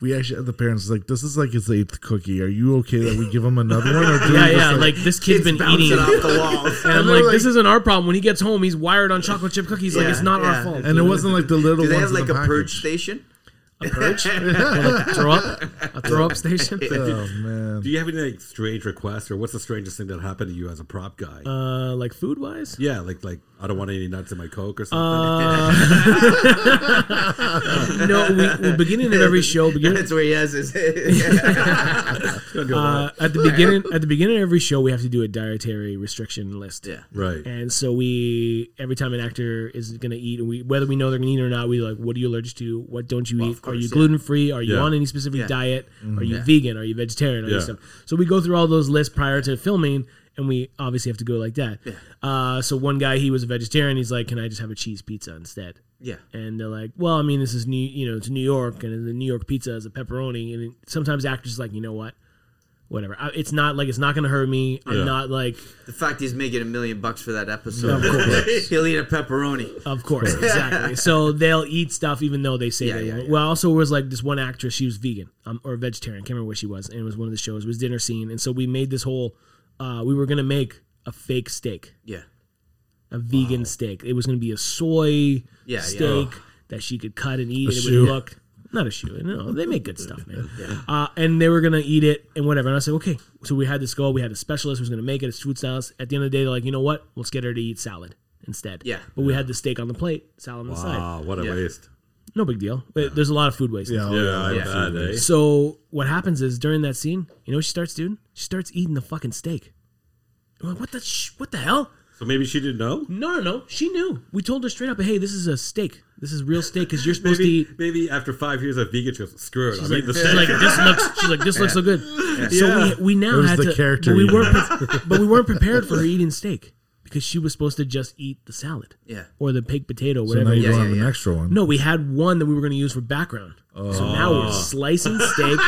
S2: We actually had the parents like, "This is like his eighth cookie. Are you okay that we give him another one?" Or do we
S1: yeah,
S2: just,
S1: yeah. Like this kid's
S3: Kids
S1: been
S3: bouncing
S1: eating.
S3: off
S1: [laughs]
S3: the walls.
S1: And I'm
S2: they're
S1: like,
S2: like-
S1: this isn't our problem. When he gets home, he's wired on chocolate chip cookies. like
S3: Yeah,
S1: it's not our
S3: yeah.
S1: fault.
S2: and it wasn't like the little
S3: Do they
S2: ones
S3: have
S2: in
S3: like
S2: the
S3: a purge
S2: package.
S3: station?
S1: Perch? throw up, [laughs] a throw up station.
S2: Oh man,
S4: Do you have any like, strange requests, or what's the strangest thing that happened to you as a prop guy?
S1: Uh, like food wise,
S4: yeah, like like I don't want any nuts in my coke or something. [laughs]
S1: no. We, we beginning of every show,
S3: [laughs]
S1: beginning,
S3: That's where he
S1: [laughs]
S3: has his.
S4: Don't do
S1: uh,
S4: that.
S1: at the beginning, at the beginning of every show, we have to do a dietary restriction list.
S3: yeah.
S4: right.
S1: And so we, every time an actor is going to eat, we whether we know they're going to eat or not, we like, what are you allergic to? What don't you
S3: Well,
S1: eat?
S3: of course,
S1: are you
S3: yeah.
S1: gluten free? Are you
S4: Yeah.
S1: on any specific
S3: Yeah. Mm-hmm.
S1: diet? Are you
S3: Yeah.
S1: vegan? Are you vegetarian? Are you
S4: Yeah.
S1: stuff? So we go through all those lists prior to filming, and we obviously have to go like that. Uh, so one guy, he was a vegetarian. He's like, can I just have a cheese pizza instead?
S3: Yeah.
S1: And they're like, well, I mean, this is new, you know, it's New York, and the New York pizza is a pepperoni. And it- sometimes actors are like, you know what? Whatever. I, it's not like it's not going to hurt me. I'm
S4: Yeah.
S1: not like
S3: The fact he's making a million bucks for that episode.
S1: Of
S3: [laughs] He'll eat a [laughs] pepperoni.
S1: Of course, exactly. so they'll eat stuff even though they say
S3: Yeah,
S1: they
S3: yeah,
S1: won't.
S3: yeah.
S1: Well, also it was like this one actress, she was vegan um, or vegetarian. Can't remember what she was, and it was one of the shows. It was dinner scene, and so we made this whole. Uh, we were gonna make a fake steak,
S3: Yeah.
S1: a vegan steak. It was gonna be a soy
S3: yeah.
S1: steak that she could cut and eat. and it
S2: shoe.
S1: would look not a shoe. No, they make good stuff, man. Uh, and they were gonna eat it and whatever. And I said, okay. So we had this goal. We had a specialist who was gonna make it. It's food stylist. At the end of the day, they're like, you know what? Let's get her to eat salad instead.
S3: Yeah.
S1: But we had the steak on the plate, salad on the side.
S4: Wow, what a
S3: Yeah.
S4: waste.
S1: No big deal. Uh, There's a lot of food waste.
S2: yeah, oh,
S4: Yeah,
S2: yeah.
S4: I
S3: yeah.
S4: bet, eh?
S1: So what happens is during that scene, you know what she starts doing? She starts eating the fucking steak. I'm like, what the sh- what the hell?
S4: So maybe she didn't know.
S1: No, no, no. She knew. We told her straight up, hey, this is a steak. This is real steak because you're supposed to eat
S4: Maybe, maybe after five years of vegan, she goes, "Screw it, I'm eating the
S1: She's
S4: steak."
S1: like, this looks. She's like, this looks so good. So we, we now
S2: It was
S1: had
S2: the
S1: to.
S2: character
S1: but we
S2: you
S1: weren't. pre- but we weren't prepared for her eating steak because she was supposed to just eat the salad.
S3: Yeah.
S1: Or the baked potato,
S2: So now
S1: whatever.
S2: you
S1: it
S2: don't
S1: was.
S3: yeah,
S2: have an
S3: yeah.
S2: extra one.
S1: no, we had one that we were going to use for background. So now we're
S2: Oh.
S1: slicing steak.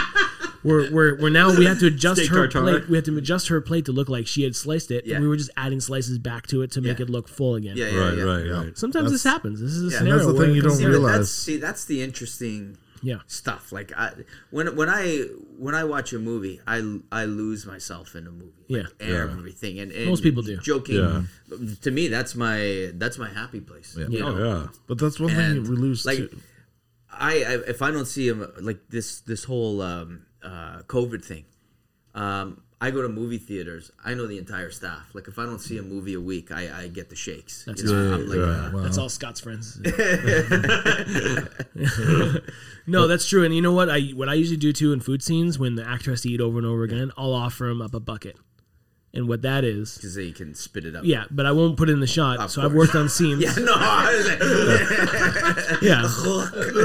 S1: We're, we're, we're now we had to adjust
S4: Steak
S1: her
S4: tartare.
S1: plate. We had to adjust her plate to look like she had sliced it,
S3: Yeah.
S1: and we were just adding slices back to it to make
S3: Yeah.
S1: it look full again.
S3: Yeah. Yeah.
S4: [laughs] right,
S3: yeah.
S4: right,
S2: Yeah.
S4: right.
S1: Sometimes this
S2: That's-
S1: happens. This is a
S3: Yeah. And
S1: scenario.
S2: that's the
S1: where
S2: thing
S1: it
S2: you
S1: comes
S2: don't
S1: in.
S3: See, but
S2: realize.
S3: that's see, that's the interesting
S1: Yeah.
S3: stuff. Like I, when when I when I watch a movie, I I lose myself in a movie. Like
S1: Yeah.
S3: everything. And, and
S1: Most people do.
S3: Joking.
S4: Yeah.
S3: To me, that's my that's my happy place.
S2: Yeah.
S3: You know?
S4: Oh yeah.
S2: but that's one thing
S3: and
S2: that we lose
S3: like
S2: too.
S3: I, I if I don't see him like this this whole um, uh, COVID thing, um, I go to movie theaters. I know the entire staff. Like if I don't see a movie a week, I, I get the shakes.
S1: That's
S3: you know? I'm like,
S4: yeah.
S3: uh,
S2: Wow.
S1: That's all Scott's
S2: [laughs]
S1: friends. [laughs] no, that's true. And you know what? I what I usually do too in food scenes when the actor has to eat over and over again, I'll offer him up a bucket. And what that is,
S3: 'cause they can spit it up.
S1: yeah, but I won't put it in the shot. so I've worked on scenes.
S2: [laughs]
S3: [laughs] Yeah, no. I was like,
S1: yeah,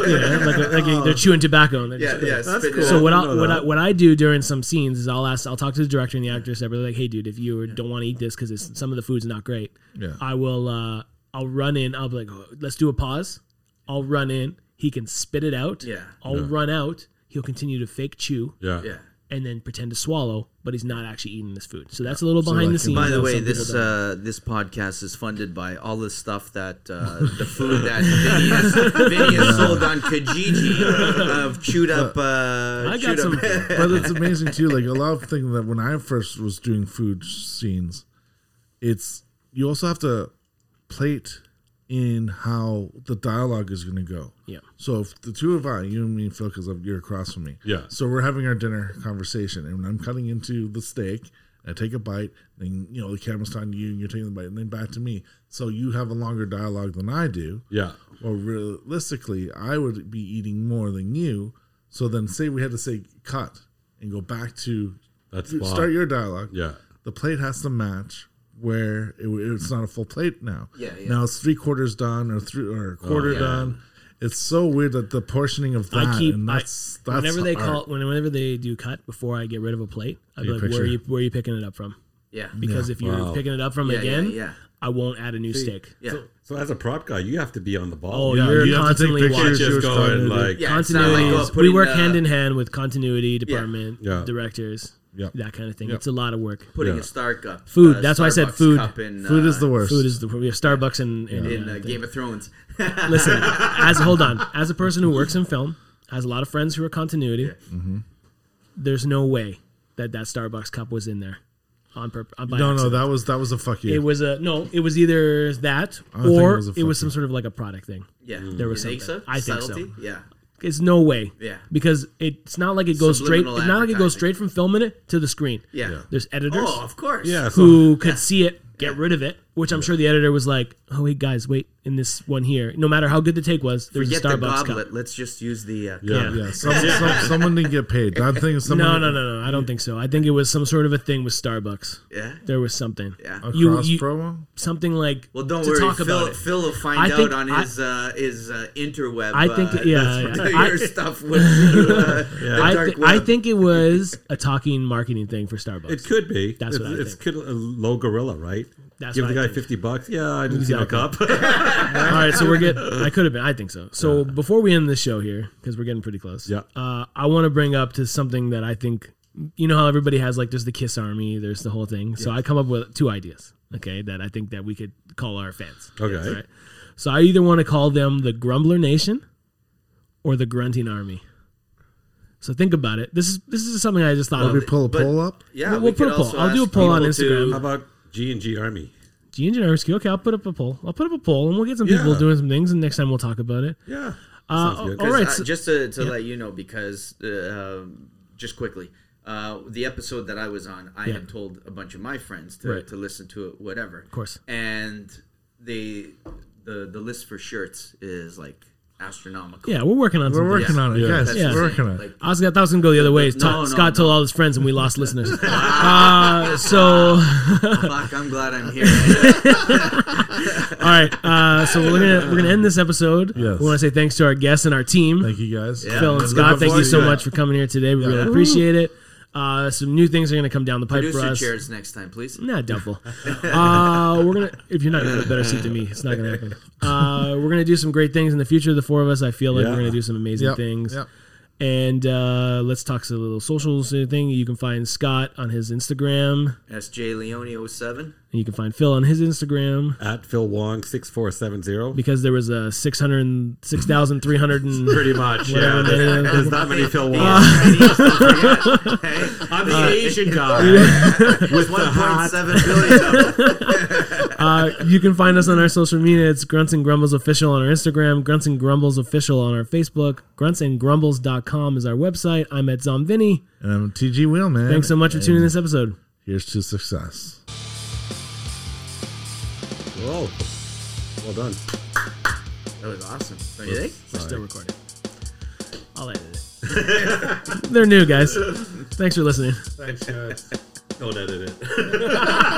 S1: yeah, like, a, like a- they're chewing tobacco. And they're
S3: yeah,
S1: just-
S3: yeah. Spit it
S1: So
S3: up.
S1: what I what I, what I do during some scenes is I'll ask I'll talk to the director and the actor separately like hey dude if you don't want to eat this because some of the food's not great
S2: Yeah.
S1: I will uh I'll run in I'll be like "Oh, let's do a pause I'll run in he can spit it out
S3: Yeah.
S1: I'll run out he'll continue to fake chew
S4: Yeah.
S3: Yeah.
S1: and then pretend to swallow, but he's not actually eating this food. So that's a little behind the
S2: like,
S1: scenes.
S3: By the
S1: how
S3: way,
S1: some people
S3: this
S1: do it.
S3: uh, this podcast is funded by all the stuff that uh, the food that Vinny
S1: [laughs]
S3: has, Vinny has sold on Kijiji of chewed up. Uh,
S1: I got
S3: chewed
S1: some.
S3: up.
S2: but it's amazing too. Like a lot of things that when I first was doing food scenes, it's you also have to plate in how the dialogue is going to go.
S1: Yeah.
S2: So if the two of I, you and me, and Phil, because you're across from me.
S4: Yeah.
S2: So we're having our dinner conversation, and I'm cutting into the steak. I take a bite, then you know the camera's on you, and you're taking the bite, and then back to me. So you have a longer dialogue than I do.
S4: Yeah.
S2: Well, realistically, I would be eating more than you. So then, say we had to say cut and go back to
S4: That's
S2: you-
S4: spot.
S2: start your dialogue.
S4: Yeah.
S2: The plate has to match where it, it's not a full plate now.
S3: Yeah, yeah.
S2: Now it's three quarters done or three or a quarter
S4: yeah.
S2: done. It's so weird that the portioning of that
S1: Oh, I keep
S2: and
S1: I-
S2: that's that's
S1: whenever they
S2: art.
S1: call whenever they do cut before I get rid of a plate, I'd be
S2: Take a
S1: like, where
S2: picture.
S1: are you where are you picking it up from?
S3: [laughs] Yeah.
S1: Because if you're
S4: Wow.
S1: picking it up from
S3: Yeah, yeah,
S1: again,
S3: yeah.
S1: I won't add a new steak.
S3: Yeah.
S4: So, so as a prop guy, you have to be on the
S1: Oh,
S4: ball.
S1: yeah.
S4: yeah.
S1: You're
S2: you have to take
S1: constantly watching.
S2: pictures,
S4: Just
S2: you're
S4: going,
S2: starting to do-
S4: like-
S3: Yeah, it's not like,
S1: Continuity.
S3: oh,
S1: we
S3: putting,
S1: work
S3: uh,
S1: hand in hand with continuity department,
S4: Yeah.
S1: directors,
S2: Yep.
S1: that kind of thing.
S2: Yep.
S1: It's a lot of work.
S3: Putting
S4: Yeah.
S3: a star cup.
S1: Food,
S3: uh,
S1: that's why I said
S3: Starbucks
S1: food.
S3: cup in,
S2: food is
S3: uh,
S2: the worst.
S1: Food is the we have Starbucks and, and,
S3: in
S1: uh,
S3: uh,
S1: thing.
S3: Game of Thrones. [laughs]
S1: Listen, as hold on, as a person who works in film, has a lot of friends who are continuity.
S2: Mm-hmm.
S1: There's no way that that Starbucks cup was in there on purpose.
S2: no, no, that was that was a fuck you.
S1: It was a no. It was either that
S2: don't think
S1: or it was,
S2: it was a
S1: some
S2: fucking-
S1: sort of like a product thing.
S3: yeah.
S4: Mm.
S1: There was
S3: you think so?
S1: something. I think so.
S3: Subtlety? Yeah.
S1: It's no way.
S3: Yeah.
S1: Because it's not like it goes
S3: Subliminal
S1: straight. It's not like it goes
S3: advertising.
S1: straight from filming it to the screen.
S3: Yeah.
S1: There's editors
S3: Oh, of course.
S4: Yeah. So,
S1: who could see it, get rid of it. Which I'm sure the editor was like, "Oh wait, guys, wait in this one here. No matter how good the take was, there's
S3: Forget
S1: a
S3: the
S1: Starbucks cup."
S3: goblet. Let's just use the. Uh,
S4: yeah.
S1: [laughs]
S2: yeah, some, some, someone didn't get paid. That thing, someone
S1: No, no, no, no. I don't think so. I think it was some sort of a thing with Starbucks.
S3: Yeah.
S1: There was something.
S3: Yeah.
S2: a
S1: You-
S2: cross
S1: you-
S2: promo.
S1: Something like
S3: Well, don't
S1: to
S3: worry.
S1: talk
S3: Phil,
S1: about it.
S3: Phil will find
S1: I think
S3: out on
S1: I-
S3: his uh, his uh, interweb.
S1: I think-
S3: [laughs] uh,
S1: yeah,
S3: that's
S1: yeah.
S3: where
S1: I
S3: your
S1: thi-
S3: stuff was.
S1: [laughs]
S3: Uh, the
S1: I,
S3: dark
S1: thi- I
S3: web.
S1: think it was a talking marketing thing for Starbucks.
S4: It could be.
S1: That's
S4: it's,
S1: what I
S4: it's could a low gorilla, right?
S1: That's
S4: Give
S1: what
S4: the
S1: I
S4: guy
S1: think.
S4: fifty bucks. Yeah, I didn't see my cup. [laughs]
S1: All right, so we're getting. I could have been. I think so. So before we end this show here, because we're getting pretty close.
S4: Yeah.
S1: Uh, I want to bring up to something that I think you know how everybody has like there's the Kiss Army, there's the whole thing. So I come up with two ideas. Okay, that I think that we could call our fans.
S4: Okay.
S1: All right. So I either want to call them the Grumbler Nation or the Grunting Army. So think about it. This is this is something I just thought
S2: Let me
S1: of.
S2: pull a
S3: but-
S2: poll up.
S3: Yeah,
S1: We'll-
S3: we
S1: we'll
S3: could
S1: put a poll.
S3: also
S1: I'll do a
S3: ask
S1: poll on
S3: people
S1: Instagram.
S3: to-
S4: How about G and G Army?
S1: G Engineersky. Okay, I'll put up a poll. I'll put up a poll, and we'll get some people
S4: Yeah.
S1: doing some things, and next time we'll talk about it.
S4: Yeah.
S1: Uh,
S4: Sounds good.
S1: all right.
S3: Because,
S1: so-
S3: uh, just to, to let you know, because uh, um, just quickly, uh, the episode that I was on, I had told a bunch of my friends to,
S1: Right.
S3: to listen to it, whatever. Of
S1: course.
S3: And they, the the list for shirts is like astronomical.
S1: yeah, we're working on.
S2: We're
S1: some things.
S2: working on it,
S4: Yeah.
S2: guys.
S3: That's
S1: Yeah.
S2: We're working on it.
S3: Like,
S1: Oscar, I thought it was going to go the other way.
S3: No,
S1: Ta-
S3: no,
S1: Scott
S3: no.
S1: told all his friends, and we lost
S3: [laughs]
S1: listeners. uh, so, all
S3: fuck, I'm
S1: [laughs]
S3: glad I'm here. I
S1: right. Uh, so we're gonna we're gonna end this episode.
S2: Yes.
S1: We want to say thanks to our guests and our team,
S2: Thank you guys.
S1: Phil and
S3: Looking
S1: Scott. Thank you
S3: forward
S1: so
S3: to it.
S1: much for coming here today. We really
S2: Yeah.
S1: appreciate it. Uh, some new things are going to come down the pipe for
S3: Producer
S1: us.
S3: chairs next time, please.
S1: Not doubtful. uh, we're gonna if you're not gonna have a better seat than me, it's not gonna happen. Uh, we're gonna do some great things in the future. The four of us, I feel like
S4: Yeah.
S1: we're gonna do some amazing
S2: Yep.
S1: things.
S2: Yep.
S1: And uh, let's talk some little social thing. You can find Scott on his Instagram.
S3: SJ Leone 07.
S1: And you can find Phil on his Instagram
S4: At Phil Wong six four seven zero.
S1: because there was a 600, 6,300
S4: [laughs]
S1: and
S4: Pretty much.
S1: Whatever
S4: Yeah.
S1: that
S4: There's,
S1: is.
S4: there's not many Phil
S3: The
S4: Wongs.
S3: Israelis don't
S1: [laughs]
S3: forget, okay?
S4: I'm the Asian guy.
S3: With 1.7
S4: [laughs]
S3: billion of them.
S1: uh, you can find us on our social media. It's Grunts and Grumbles Official on our Instagram, Grunts and Grumbles Official on our Facebook, gruntsandgrumbles.com is our website. I'm at Zomvini.
S2: And I'm TG Wheel, man.
S1: Thanks so much for tuning in this episode.
S2: Here's to success.
S4: Whoa. Well done.
S3: That was awesome. Don't you think?
S1: We're still recording. I'll edit it. [laughs] They're new, guys. Thanks for listening.
S4: Thanks, guys. Don't edit it.